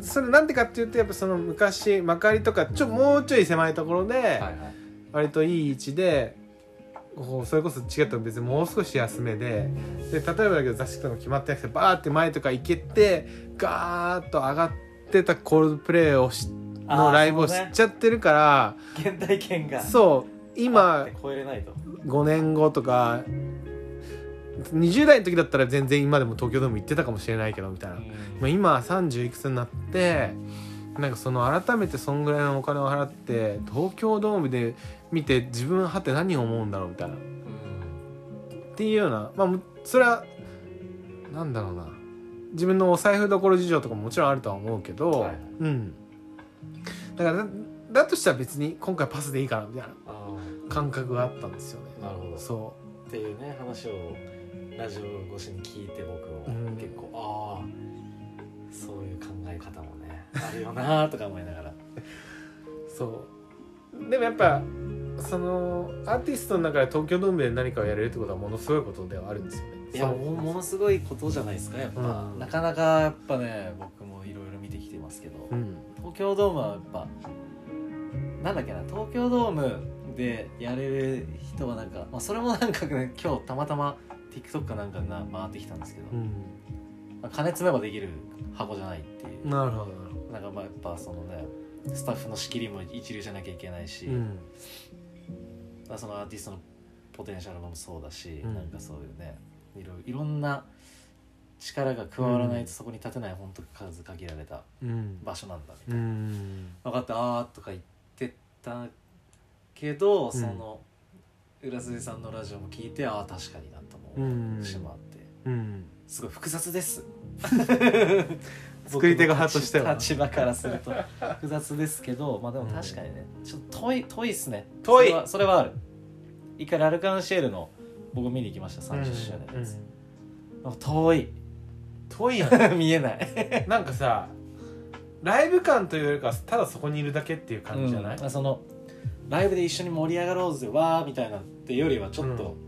[SPEAKER 1] そそれなんでかっていうとやっぱその昔まかりとかちょもうちょい狭いところで
[SPEAKER 2] はいはい
[SPEAKER 1] 割といい位置でこうそれこそチケットも別にもう少し安めでで例えばだけど座敷とかも決まってなくてバーって前とか行けてガーッと上がってたコールドプレイをしのライブを知っちゃってるから
[SPEAKER 2] 現代圏が
[SPEAKER 1] そう
[SPEAKER 2] あっ
[SPEAKER 1] 今
[SPEAKER 2] て超えれないと
[SPEAKER 1] 5年後とか20代の時だったら全然今でも東京ドーム行ってたかもしれないけどみたいな、まあ、今30いくつになってなんかその改めてそんぐらいのお金を払って東京ドームで見て自分はって何を思うんだろうみたいなっていうようなまあむそれはなんだろうな自分のお財布どころ事情とかももちろんあるとは思うけど、
[SPEAKER 2] はい
[SPEAKER 1] うんだからだだとしたら別に今回パスでいいかなみたいな
[SPEAKER 2] あ
[SPEAKER 1] 感覚があったんですよね
[SPEAKER 2] あなるほど
[SPEAKER 1] そ
[SPEAKER 2] っていうね話をラジオ越しに聞いて僕も
[SPEAKER 1] うん
[SPEAKER 2] 結構、ああそういう考え方も ねあるよなーとか思いながら
[SPEAKER 1] うそうでもやっぱそのアーティストの中で東京ドームで何かをやれるってことはものすごいことではあるんですよね
[SPEAKER 2] いや
[SPEAKER 1] そ
[SPEAKER 2] も
[SPEAKER 1] う
[SPEAKER 2] うものすごいことじゃないですかやっぱ、
[SPEAKER 1] うん
[SPEAKER 2] なかなかやっぱね僕もいろいろ見てきてますけど、
[SPEAKER 1] うん
[SPEAKER 2] 東京ドームはやっぱなんだっけな東京ドームでやれる人はなんか、まあ、それもなんかね今日たまたま TikTok かなんかが回ってきたんですけど、
[SPEAKER 1] うん
[SPEAKER 2] まあ、金積めばできる箱じゃないっていう、
[SPEAKER 1] なるほどなるほ
[SPEAKER 2] なんかまあやっぱそのねスタッフの仕切りも一流じゃなきゃいけないし、
[SPEAKER 1] どうん
[SPEAKER 2] まあそのアーティストのポテンシャルもそうだし、
[SPEAKER 1] うん
[SPEAKER 2] なんかそういうねいろいろんな力が加わらないとそこに立てない本当数限られた
[SPEAKER 1] うん
[SPEAKER 2] 場所なんだみたいな。
[SPEAKER 1] うん
[SPEAKER 2] 分かったあーとか言ってたけど、その浦添さんのラジオも聞いてああ確かになと思
[SPEAKER 1] うん
[SPEAKER 2] うしまって、
[SPEAKER 1] うん
[SPEAKER 2] すごい複雑です
[SPEAKER 1] 作り手側としては
[SPEAKER 2] 僕の立場からすると複雑ですけどまあでも確かにね、ちょっと遠い遠いっすね
[SPEAKER 1] 遠い
[SPEAKER 2] それはそれはある一回ラルカンシェールの僕見に行きました30周年のやつ、なんか遠い
[SPEAKER 1] 遠いやん
[SPEAKER 2] 見えない
[SPEAKER 1] なんかさライブ感というよりかはただそこにいるだけっていう感じじゃない、
[SPEAKER 2] うんそのライブで一緒に盛り上がろうぜわーみたいなってよりはちょっと、
[SPEAKER 1] うん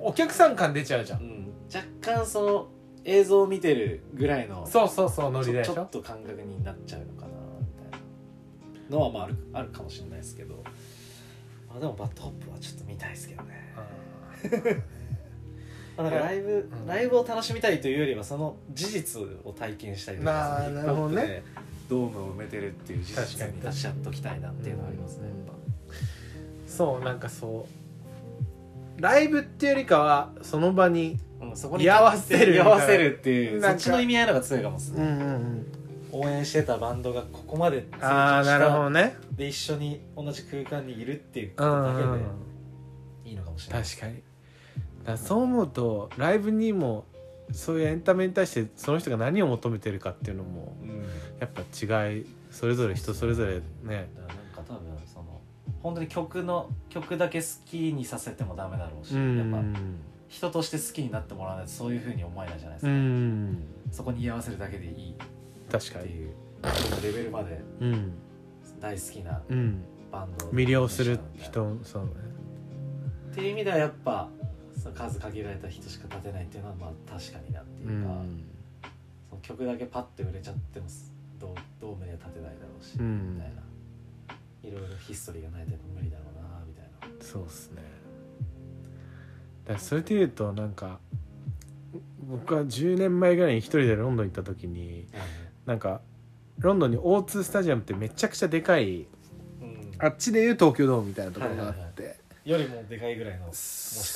[SPEAKER 1] お客さん感出ちゃうじゃん、
[SPEAKER 2] うん若干その映像を見てるぐらいのち
[SPEAKER 1] そ
[SPEAKER 2] ょ
[SPEAKER 1] うそうそうノリでし
[SPEAKER 2] ちょ
[SPEAKER 1] ょ
[SPEAKER 2] っと感覚になっちゃうのかなみたいなのはまああるあるかもしれないですけど、まあ、でもバッドホップはちょっと見たいですけどね、まあ、だからライブ、
[SPEAKER 1] うん
[SPEAKER 2] ライブを楽しみたいというよりはその事実を体験したりと
[SPEAKER 1] なあ
[SPEAKER 2] かその
[SPEAKER 1] なるほどね
[SPEAKER 2] ヒップホップでドームを埋めてるっていう事
[SPEAKER 1] 確か
[SPEAKER 2] 実
[SPEAKER 1] に
[SPEAKER 2] に立ち会っときたいなっていうのはありますね、やっ
[SPEAKER 1] そうなんかそうライブっていうよりかはその場に
[SPEAKER 2] ぱうん、そこに
[SPEAKER 1] 居合わせる
[SPEAKER 2] 居合わせるっていう
[SPEAKER 1] な
[SPEAKER 2] そ
[SPEAKER 1] ん
[SPEAKER 2] っ
[SPEAKER 1] か
[SPEAKER 2] ちの意味合いの方が強いかもですね、
[SPEAKER 1] んうんうん
[SPEAKER 2] 応援してたバンドがここまで成長
[SPEAKER 1] ああなるほどね
[SPEAKER 2] で一緒に同じ空間にいるっていうこ
[SPEAKER 1] う
[SPEAKER 2] とだ
[SPEAKER 1] んうんうん
[SPEAKER 2] けでいいのかもしれない、
[SPEAKER 1] 確かにだからそう思うとライブにもそういうエンタメに対してその人が何を求めてるかっていうのも
[SPEAKER 2] うん、
[SPEAKER 1] や
[SPEAKER 2] だ
[SPEAKER 1] っぱ違いそれぞれ人それぞれね
[SPEAKER 2] からなんか多分その本当に曲の曲だけ好きにさせてもダメだろうし、
[SPEAKER 1] うん
[SPEAKER 2] やっぱ人として好きになってもらわないとそういうふうに思えないじゃないです
[SPEAKER 1] う
[SPEAKER 2] か、
[SPEAKER 1] ん
[SPEAKER 2] そこに居合わせるだけでいい
[SPEAKER 1] 確か
[SPEAKER 2] って
[SPEAKER 1] に
[SPEAKER 2] いうレベルまで
[SPEAKER 1] うん
[SPEAKER 2] 大好きな
[SPEAKER 1] うん
[SPEAKER 2] バンドを
[SPEAKER 1] 魅了する人そうね
[SPEAKER 2] っていう意味ではやっぱその数限られた人しか立てないっていうのはまあ確かになっていううか、
[SPEAKER 1] ん
[SPEAKER 2] その曲だけパッて売れちゃってもドドームには立てないだろうし、
[SPEAKER 1] うん
[SPEAKER 2] みたいないろいろヒストリーがないとやっぱ無理だろうなみたいな
[SPEAKER 1] そうっすねだからそれで言うとなんか僕は10年前ぐらいに一人でロンドン行った時に なんかロンドンに O2 スタジアムってめちゃくちゃでかい
[SPEAKER 2] うん
[SPEAKER 1] あっちでいう東京ドームみたいなところがあって、
[SPEAKER 2] はいよりもでかいぐら いのもしか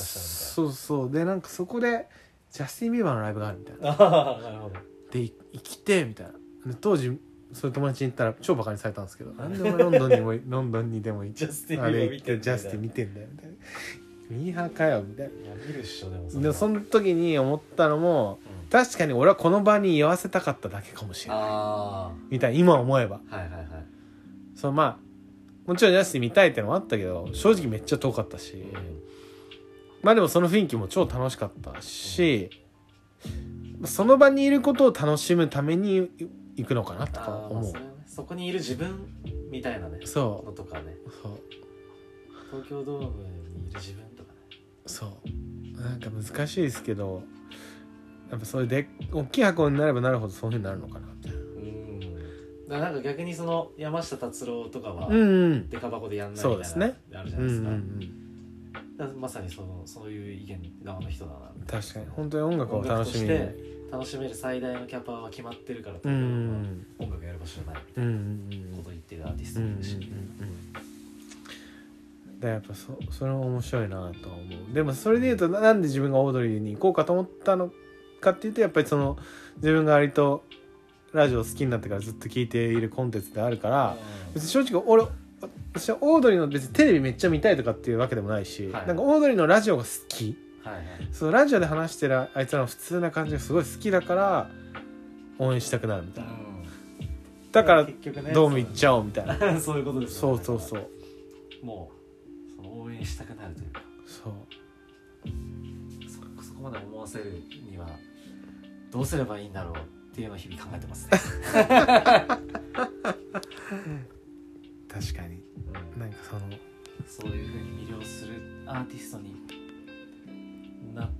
[SPEAKER 2] した
[SPEAKER 1] そうそうでなんかそこでジャスティン・ビーバーのライブがあるみたいな
[SPEAKER 2] らみたいなああなるほど
[SPEAKER 1] でい行きてみたいなで当時そういう友達に言ったら超バカにされたんですけどなんでお前ロンドンにもロンドンにでも行っ
[SPEAKER 2] ジャスティン
[SPEAKER 1] あ
[SPEAKER 2] ビー
[SPEAKER 1] れ
[SPEAKER 2] バー
[SPEAKER 1] 行
[SPEAKER 2] 見
[SPEAKER 1] ってて
[SPEAKER 2] る
[SPEAKER 1] ジャスティン見てんだよみたいなミーハーかよみたい
[SPEAKER 2] いや見るっしょでも
[SPEAKER 1] なでその時に思ったのも
[SPEAKER 2] うん
[SPEAKER 1] 確かに俺はこの場に居合わせたかっただけかもしれない
[SPEAKER 2] あ
[SPEAKER 1] みたいな今思えば
[SPEAKER 2] あはいはいはい
[SPEAKER 1] そのまあもちろんジャスティン見たいってのもあったけど正直めっちゃ遠かったし、まあでもその雰囲気も超楽しかったし、その場にいることを楽しむために行くのかなとか
[SPEAKER 2] あーまあ
[SPEAKER 1] 思う
[SPEAKER 2] それ。はねそこにいる自分みたいなね
[SPEAKER 1] そ
[SPEAKER 2] のとかね
[SPEAKER 1] う、そう、
[SPEAKER 2] 東京ドームにいる自分とかね
[SPEAKER 1] そう。なんか難しいですけどやっぱそういうで大きい箱になればなるほどそういうふうになるのかなって
[SPEAKER 2] うんだからなんか逆にその山下達郎とかは、
[SPEAKER 1] うんうん
[SPEAKER 2] デカ箱でやんない
[SPEAKER 1] そう
[SPEAKER 2] み
[SPEAKER 1] で
[SPEAKER 2] た
[SPEAKER 1] す
[SPEAKER 2] いな
[SPEAKER 1] ね
[SPEAKER 2] あるじゃ
[SPEAKER 1] う
[SPEAKER 2] なんいうですか,、
[SPEAKER 1] ん
[SPEAKER 2] まさにそのそういう意見側の人だな
[SPEAKER 1] 確かに本当に音楽を
[SPEAKER 2] 音楽
[SPEAKER 1] 楽
[SPEAKER 2] と
[SPEAKER 1] し
[SPEAKER 2] し
[SPEAKER 1] み
[SPEAKER 2] て
[SPEAKER 1] に
[SPEAKER 2] 楽しめる最大のキャパは決まってるから
[SPEAKER 1] うんうん
[SPEAKER 2] 音楽やる場所じゃないみた
[SPEAKER 1] う
[SPEAKER 2] い
[SPEAKER 1] んう
[SPEAKER 2] なんことを言ってるアーティス
[SPEAKER 1] う
[SPEAKER 2] ト
[SPEAKER 1] んう
[SPEAKER 2] も
[SPEAKER 1] ん
[SPEAKER 2] いるし、
[SPEAKER 1] でやっぱそそれは面白いなとは思うでもそれで言うとななんで自分がオードリーに行こうかと思ったのかっていうとやっぱりその自分が割とラジオ好きになってからずっと聞いているコンテンツであるから別に正直俺私はオードリーの別にテレビめっちゃ見たいとかっていうわけでもないし、
[SPEAKER 2] はい
[SPEAKER 1] なんかオードリーのラジオが好き
[SPEAKER 2] はいはい
[SPEAKER 1] そのラジオで話してるあいつらの普通な感じがすごい好きだから応援したくなるみたいなだから
[SPEAKER 2] 結局ね
[SPEAKER 1] ドーム行っちゃおうみたいな
[SPEAKER 2] そうそういう ことです
[SPEAKER 1] そ
[SPEAKER 2] よね
[SPEAKER 1] うそうそう
[SPEAKER 2] もうその応援したくなるというか
[SPEAKER 1] そう
[SPEAKER 2] そそこまで思わせるにはどうすればいいんだろうっていうのを日々考えて ますね、
[SPEAKER 1] 確かになんかその
[SPEAKER 2] そういうふうに魅了するアーティストになっ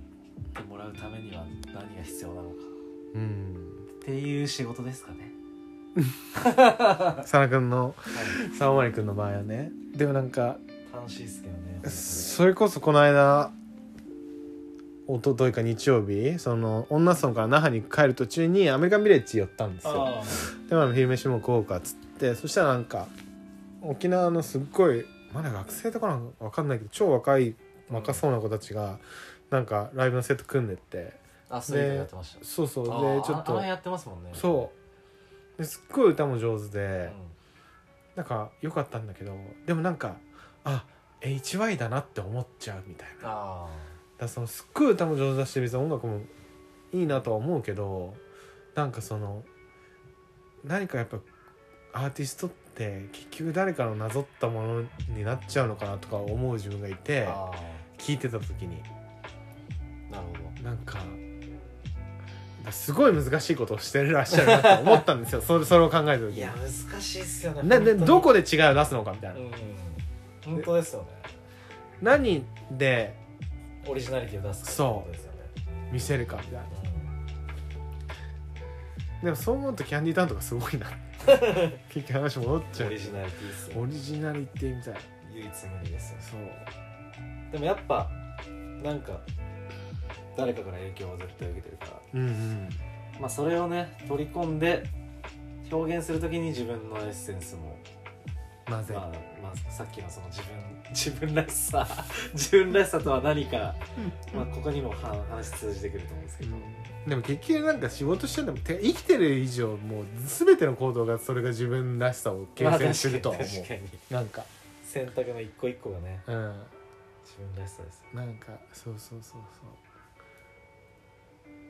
[SPEAKER 2] てもらうためには何が必要なのか
[SPEAKER 1] うん
[SPEAKER 2] っていう仕事ですかね。
[SPEAKER 1] 佐野くんの
[SPEAKER 2] はい、
[SPEAKER 1] 佐野まりくんの場合はねでもなんか
[SPEAKER 2] 楽しいですけどね。
[SPEAKER 1] それこそこの間一昨日か日曜日その女村から那覇に帰る途中にアメリカンビレッジ寄ったんですよ
[SPEAKER 2] あ
[SPEAKER 1] でまあ昼飯も食おうかっつってそしたらなんか沖縄のすっごいまだ学生とかなんかわかんないけど超若い若そうな子たちがなんかライブのセット組んでって
[SPEAKER 2] あ、そういうのやってました。
[SPEAKER 1] そうそうで
[SPEAKER 2] あー
[SPEAKER 1] ちょっ
[SPEAKER 2] ああの辺
[SPEAKER 1] と
[SPEAKER 2] やってますもんね。
[SPEAKER 1] そうですっごい歌も上手
[SPEAKER 2] うん。
[SPEAKER 1] でなんか良かったんだけどでもなんかあ HY だなって思っちゃうみたいなだか
[SPEAKER 2] あ
[SPEAKER 1] らそのすっごい歌も上手だし別に音楽もいいなとは思うけどなんかその何かやっぱアーティストって結局誰かのなぞったものになっちゃうのかなとか思う自分がい
[SPEAKER 2] ー
[SPEAKER 1] て
[SPEAKER 2] あ
[SPEAKER 1] 聞いてた時に
[SPEAKER 2] ー。なるほど。
[SPEAKER 1] なんかすごい難しいことをしてらっしゃるなと思ったんですよそれそれを考えた時
[SPEAKER 2] い
[SPEAKER 1] に
[SPEAKER 2] や、難しいっすよね。
[SPEAKER 1] な
[SPEAKER 2] 本当
[SPEAKER 1] で
[SPEAKER 2] に
[SPEAKER 1] ど。こで違いを出すのかみたいな
[SPEAKER 2] うん。本当ですよね。
[SPEAKER 1] 何で
[SPEAKER 2] オリジナリティを出すか。
[SPEAKER 1] そう
[SPEAKER 2] ですよね。
[SPEAKER 1] 見せるかみたいな
[SPEAKER 2] うん
[SPEAKER 1] でもそう思うとキャンディータウンとかすご いな結局話戻っちゃ
[SPEAKER 2] オ
[SPEAKER 1] う
[SPEAKER 2] リジナリティっすよ
[SPEAKER 1] オ
[SPEAKER 2] ね。
[SPEAKER 1] リジナリティみたいな
[SPEAKER 2] 唯一無二ですよ。
[SPEAKER 1] そう
[SPEAKER 2] でもやっぱ、なんか、誰かから影響を絶対受けてるから。
[SPEAKER 1] うんうん
[SPEAKER 2] まあ、それをね取り込んで表現するときに自分のエッセンスも、
[SPEAKER 1] なぜ、
[SPEAKER 2] まあまあ、さっきのその自分 自分らしさ自分らしさとは何か、まあ、ここにもは話通じてくると思うんですけど、
[SPEAKER 1] でも結局なんか仕事しててもて生きてる以上もう全ての行動がそれが自分らしさを形
[SPEAKER 2] まあ
[SPEAKER 1] 成するとは思
[SPEAKER 2] 確かに確かに
[SPEAKER 1] うなんか
[SPEAKER 2] 選択の一個一個がね
[SPEAKER 1] うん
[SPEAKER 2] 自分らしさです
[SPEAKER 1] なんかそうそうそうそう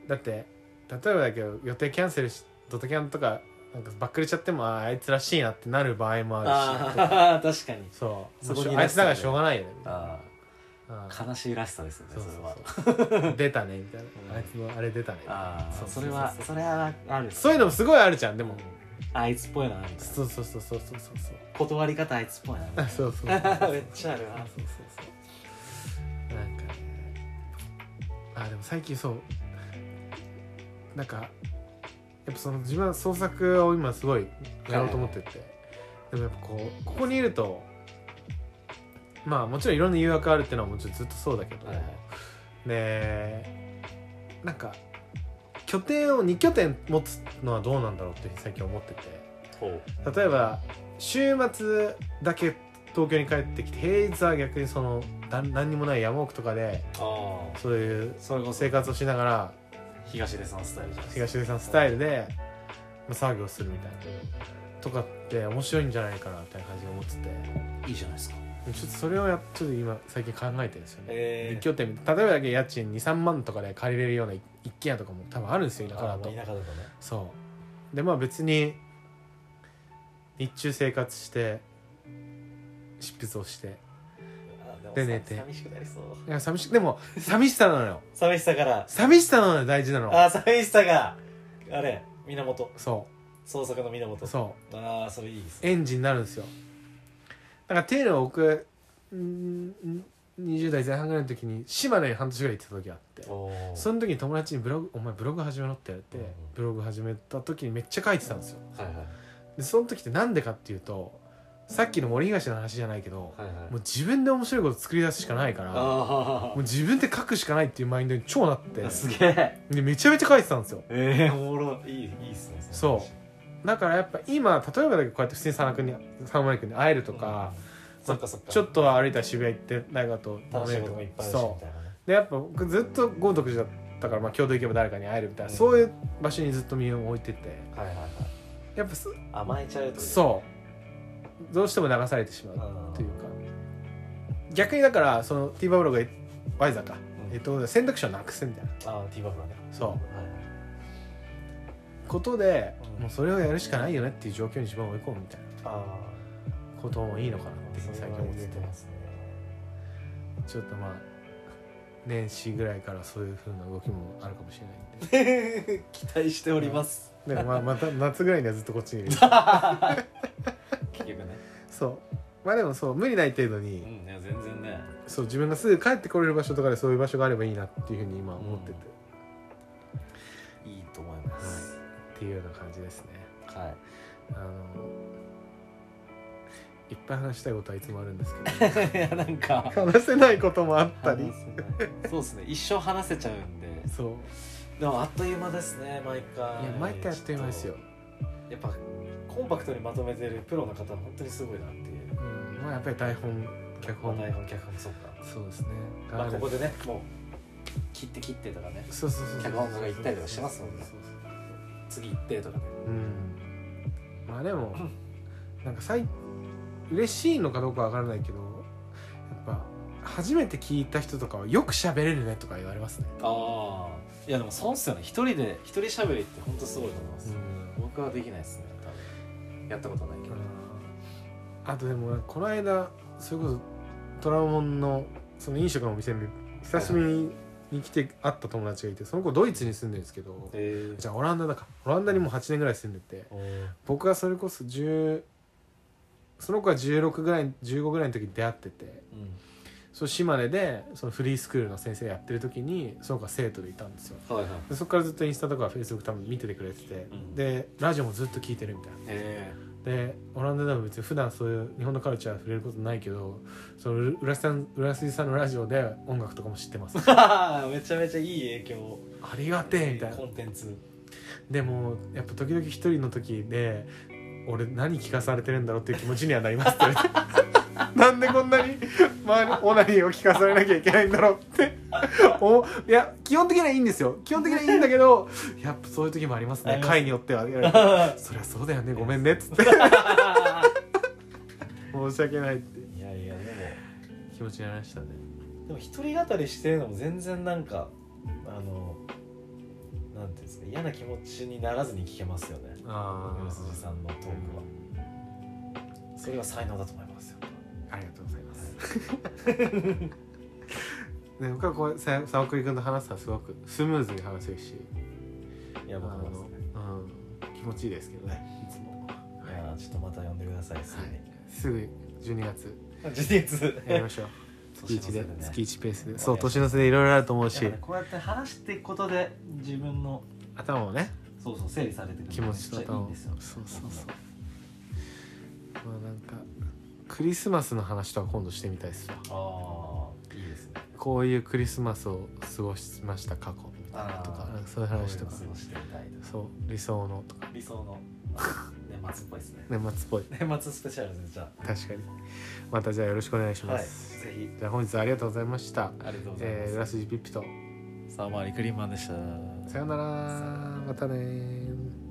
[SPEAKER 1] だって例えばだけど予定キャンセルしドタキャンとかなんかばっくれちゃってもあーあいつらしいなってなる場合もあるし
[SPEAKER 2] ああ確かに
[SPEAKER 1] そう
[SPEAKER 2] そこに
[SPEAKER 1] あいつだからしょうがないよね
[SPEAKER 2] あ
[SPEAKER 1] うん
[SPEAKER 2] あ悲しいらしさですよね
[SPEAKER 1] そう
[SPEAKER 2] それは
[SPEAKER 1] そうそう出たねみたいなあいつのあれ出たね
[SPEAKER 2] あ
[SPEAKER 1] そ
[SPEAKER 2] あ
[SPEAKER 1] う
[SPEAKER 2] それは
[SPEAKER 1] そうそう
[SPEAKER 2] それはある
[SPEAKER 1] そういうのもすごいあるじゃんでも
[SPEAKER 2] あいつっぽいなみたいな
[SPEAKER 1] そうそうそうそうそう そうそう
[SPEAKER 2] 断り方あいつっぽいなみたい
[SPEAKER 1] あそうそうそう
[SPEAKER 2] なめっちゃある
[SPEAKER 1] あ
[SPEAKER 2] わ
[SPEAKER 1] そうそうそうなんかねあでも最近そうなんかやっぱその自分は創作を今すごいやろうと思ってて、でもやっぱこうここにいるとまあもちろんいろんな誘惑あるっていうのはもちろんずっとそうだけど、
[SPEAKER 2] はいはい
[SPEAKER 1] でなんか拠点を2拠点持つのはどうなんだろうって最近思ってて
[SPEAKER 2] ほう
[SPEAKER 1] 例えば週末だけ東京に帰ってきて平日は逆にそのな何にもない山奥とかで
[SPEAKER 2] ああ
[SPEAKER 1] そういう
[SPEAKER 2] それこ
[SPEAKER 1] 生活をしながら
[SPEAKER 2] 東出さんスタイルじゃない
[SPEAKER 1] 東出さんスタイルでまあ作業するみたいなとかって面白いんじゃないかなみたいな感じで思ってて
[SPEAKER 2] いいじゃないですか
[SPEAKER 1] ちょっとそれをやちょっと今最近考えてるんですよね。
[SPEAKER 2] え
[SPEAKER 1] 一拠点例えばだけど家賃23万とかで借りれるような一軒家とかも多分あるんですよ
[SPEAKER 2] 田
[SPEAKER 1] 田舎
[SPEAKER 2] 舎
[SPEAKER 1] だ
[SPEAKER 2] だ
[SPEAKER 1] と
[SPEAKER 2] と田舎だとね
[SPEAKER 1] そうでまあ別に日中生活して執筆をしてで寝て
[SPEAKER 2] 寂しくなりそう
[SPEAKER 1] いや寂しでも寂しさなのよ
[SPEAKER 2] 寂しさから
[SPEAKER 1] 寂しさなのよ大事なの
[SPEAKER 2] ああ寂しさがあれ源
[SPEAKER 1] そ
[SPEAKER 2] 創作の源
[SPEAKER 1] うそう
[SPEAKER 2] ああそれいいですね
[SPEAKER 1] エンジンになるんですよだからっていうのを僕んん20代前半ぐらいの時に島根に半年ぐらい行ってた時があって
[SPEAKER 2] おー
[SPEAKER 1] その時に友達にブログ「お前ブログ始めろ」って言われ
[SPEAKER 2] うんう
[SPEAKER 1] てブ
[SPEAKER 2] ん
[SPEAKER 1] ログ始めた時にめっちゃ書いてたんですよ
[SPEAKER 2] はいはい
[SPEAKER 1] でその時ってなんでかっていうとさっきの森東の話じゃないけど
[SPEAKER 2] はいはい
[SPEAKER 1] もう自分で面白いこと作り出すしかないからも
[SPEAKER 2] あ
[SPEAKER 1] う自分で書くしかないっていうマインドに超なって
[SPEAKER 2] あすげえ
[SPEAKER 1] でめちゃめちゃ書いてたんですよ
[SPEAKER 2] ええおもろいいいいいっすね
[SPEAKER 1] そうだからやっぱ今例えばだけどこうやって普通に佐野君に佐野真理君に会えると
[SPEAKER 2] と
[SPEAKER 1] か、
[SPEAKER 2] そっかそっか
[SPEAKER 1] ちょっと歩いたら渋谷行って誰かと
[SPEAKER 2] 楽しい
[SPEAKER 1] る
[SPEAKER 2] ことと
[SPEAKER 1] か
[SPEAKER 2] がいっぱいあるし
[SPEAKER 1] そ
[SPEAKER 2] みたいなね
[SPEAKER 1] うでやっぱ僕ずっと豪徳寺だったから、まあ、京都行けば誰かに会えるみたいな、そういう場所にずっと身を置いてて
[SPEAKER 2] はいはいはい
[SPEAKER 1] やっぱす
[SPEAKER 2] 甘えちゃうという
[SPEAKER 1] そうどうしても流されてしまう
[SPEAKER 2] うん
[SPEAKER 1] というか逆にだからその TVer ブログがワイザーか、えっと、選択肢をなくすみたいな
[SPEAKER 2] ああティーバッグだね
[SPEAKER 1] そう
[SPEAKER 2] はい
[SPEAKER 1] ことで、
[SPEAKER 2] うん
[SPEAKER 1] もうそれをやるしかないよねっていう状況に自分を追い込むみたい
[SPEAKER 2] あ
[SPEAKER 1] なこともいいのかなっ
[SPEAKER 2] あ
[SPEAKER 1] て
[SPEAKER 2] そ
[SPEAKER 1] 最
[SPEAKER 2] れ
[SPEAKER 1] 近
[SPEAKER 2] は
[SPEAKER 1] 思っ
[SPEAKER 2] 言
[SPEAKER 1] て
[SPEAKER 2] え
[SPEAKER 1] て
[SPEAKER 2] てますね
[SPEAKER 1] ちょっとまあ年始ぐらいからそういうふうな動きもあるかもしれないんで
[SPEAKER 2] 期待しております
[SPEAKER 1] でもまあまた夏ぐらいにはずっとこっちにいる
[SPEAKER 2] 結局ね
[SPEAKER 1] そうまあでもそう無理ない程度に、
[SPEAKER 2] うんいや全然ね
[SPEAKER 1] そう自分がすぐ帰ってこれる場所とかでそういう場所があればいいなっていうふうに今思ってて、
[SPEAKER 2] うんいいと思います
[SPEAKER 1] っていうような感じですね
[SPEAKER 2] はい
[SPEAKER 1] あ のいっぱい話したいことはいつもあるんですけど
[SPEAKER 2] いやなんか
[SPEAKER 1] 話せないこともあったり
[SPEAKER 2] 話せないそうですね一生話せちゃうんで
[SPEAKER 1] そう
[SPEAKER 2] でもあっという間ですね毎回
[SPEAKER 1] いや毎回やってますよ、
[SPEAKER 2] やっぱコンパクトにまとめてるプロの方は本当にすごいなっていう
[SPEAKER 1] うん、まあやっぱり台本脚本
[SPEAKER 2] 台本脚本そうか
[SPEAKER 1] そうですね
[SPEAKER 2] まあ
[SPEAKER 1] がある
[SPEAKER 2] ここでねもう切って切ってとかね
[SPEAKER 1] そうそうそうそう
[SPEAKER 2] 脚本家が行ったりとかしてますもんね
[SPEAKER 1] そうそうそう
[SPEAKER 2] 次行ってとかね
[SPEAKER 1] うんまあでもなんか最嬉しいのかどうかわからないけどやっぱ初めて聞いた人とかはよく喋れるねとか言われますね、
[SPEAKER 2] ああいやでもそうっすよね一人で一人喋りって本当すごいと思います、僕はできないですね多分やったことないけど、
[SPEAKER 1] あとでもこの間それこそ虎ノ門のその飲食のお店に久しぶりに来て会った友達がいてその子ドイツに住んでるんですけど
[SPEAKER 2] え
[SPEAKER 1] じゃあオランダだかオランダにもう8年ぐらい住んでて
[SPEAKER 2] ー、
[SPEAKER 1] 僕はそれこそ10その子は16ぐらい15ぐらいの時に出会ってて
[SPEAKER 2] う
[SPEAKER 1] そう島根でそのフリースクールの先生やってる時にその子が生徒でいたんですよ
[SPEAKER 2] んはいはい
[SPEAKER 1] でそこからずっとインスタとかフェイスブック多分見ててくれてて、
[SPEAKER 2] うん
[SPEAKER 1] でラジオもずっと聞いてるみたいな
[SPEAKER 2] え
[SPEAKER 1] でオランダでも別に普段そういう日本のカルチャー触れることないけどその浦さん浦杉さんのラジオで音楽とかも知って ます
[SPEAKER 2] ー、めちゃめちゃいい影響
[SPEAKER 1] ありがてえみたいな
[SPEAKER 2] コンテン ツ
[SPEAKER 1] でもやっぱ時々一人の時で俺何聞かされてるんだろうっていう気持ちにはなりますって 言われてなんでこんなに周りオナニーを聞かされなきゃいけないんだろうっておいや基本的にはいいんですよ基本的にはいいんだけどやっぱそういう時もあります
[SPEAKER 2] あ
[SPEAKER 1] ね
[SPEAKER 2] ります
[SPEAKER 1] 回によっては言われてそりゃそうだよねごめんねっつって申し訳ないって
[SPEAKER 2] いやいやで
[SPEAKER 1] 気持ちになりましたね
[SPEAKER 2] もでも一人語りしてるのも全然なんかあのなんていうんですか嫌な気持ちにならずに聞けますよね
[SPEAKER 1] あ
[SPEAKER 2] 上辻さんのトークはそれが才能だと思いますよ
[SPEAKER 1] ありがとうございます。 ね、僕はこう、さ、さおくり君と話すのはすごくスムーズに話せるし。
[SPEAKER 2] いや
[SPEAKER 1] あ
[SPEAKER 2] 僕
[SPEAKER 1] の、
[SPEAKER 2] もですね
[SPEAKER 1] うん、気持ちいいですけどね。いつも。
[SPEAKER 2] いやーちょっとまた呼んでくださいす
[SPEAKER 1] はいすぐ12月
[SPEAKER 2] ぐに事実
[SPEAKER 1] やりましょう。月
[SPEAKER 2] 年の
[SPEAKER 1] 一
[SPEAKER 2] 瀬
[SPEAKER 1] で
[SPEAKER 2] ね、
[SPEAKER 1] 月一ペースで、
[SPEAKER 2] ね
[SPEAKER 1] そう、年の瀬でいろいろあると思う
[SPEAKER 8] や
[SPEAKER 1] し
[SPEAKER 8] っぱね。こうやって話していくことで自分の
[SPEAKER 1] 頭もね、
[SPEAKER 8] そうそう整理されてくる
[SPEAKER 1] 気持ちと
[SPEAKER 8] めっゃい
[SPEAKER 1] 頭
[SPEAKER 8] いん
[SPEAKER 1] も。
[SPEAKER 8] ですよ
[SPEAKER 1] そうそうそう。まあ、なんか。クリスマスの話とは今度してみたいですわ。
[SPEAKER 2] ああいいですね
[SPEAKER 1] こういうクリスマスを過ごしました過去みたいなとか
[SPEAKER 2] あー
[SPEAKER 1] なんかそういう話とか
[SPEAKER 2] こういうの過ごしてみたいです
[SPEAKER 1] そう理想のとか
[SPEAKER 2] 理想の 年末っぽいですね
[SPEAKER 1] 年末っぽい
[SPEAKER 2] 年末スペシャルですじゃ
[SPEAKER 1] 確かにまたじゃあよろしくお願いし
[SPEAKER 2] あは
[SPEAKER 1] ま
[SPEAKER 2] い
[SPEAKER 1] す、
[SPEAKER 2] ぜひ
[SPEAKER 1] じゃあ本日はありがとうございました
[SPEAKER 2] ありがとうござい
[SPEAKER 1] えー、
[SPEAKER 2] ま
[SPEAKER 1] ラスジピッピと
[SPEAKER 2] す、さあサーマーリクリーンマンでした
[SPEAKER 1] さよならまたねー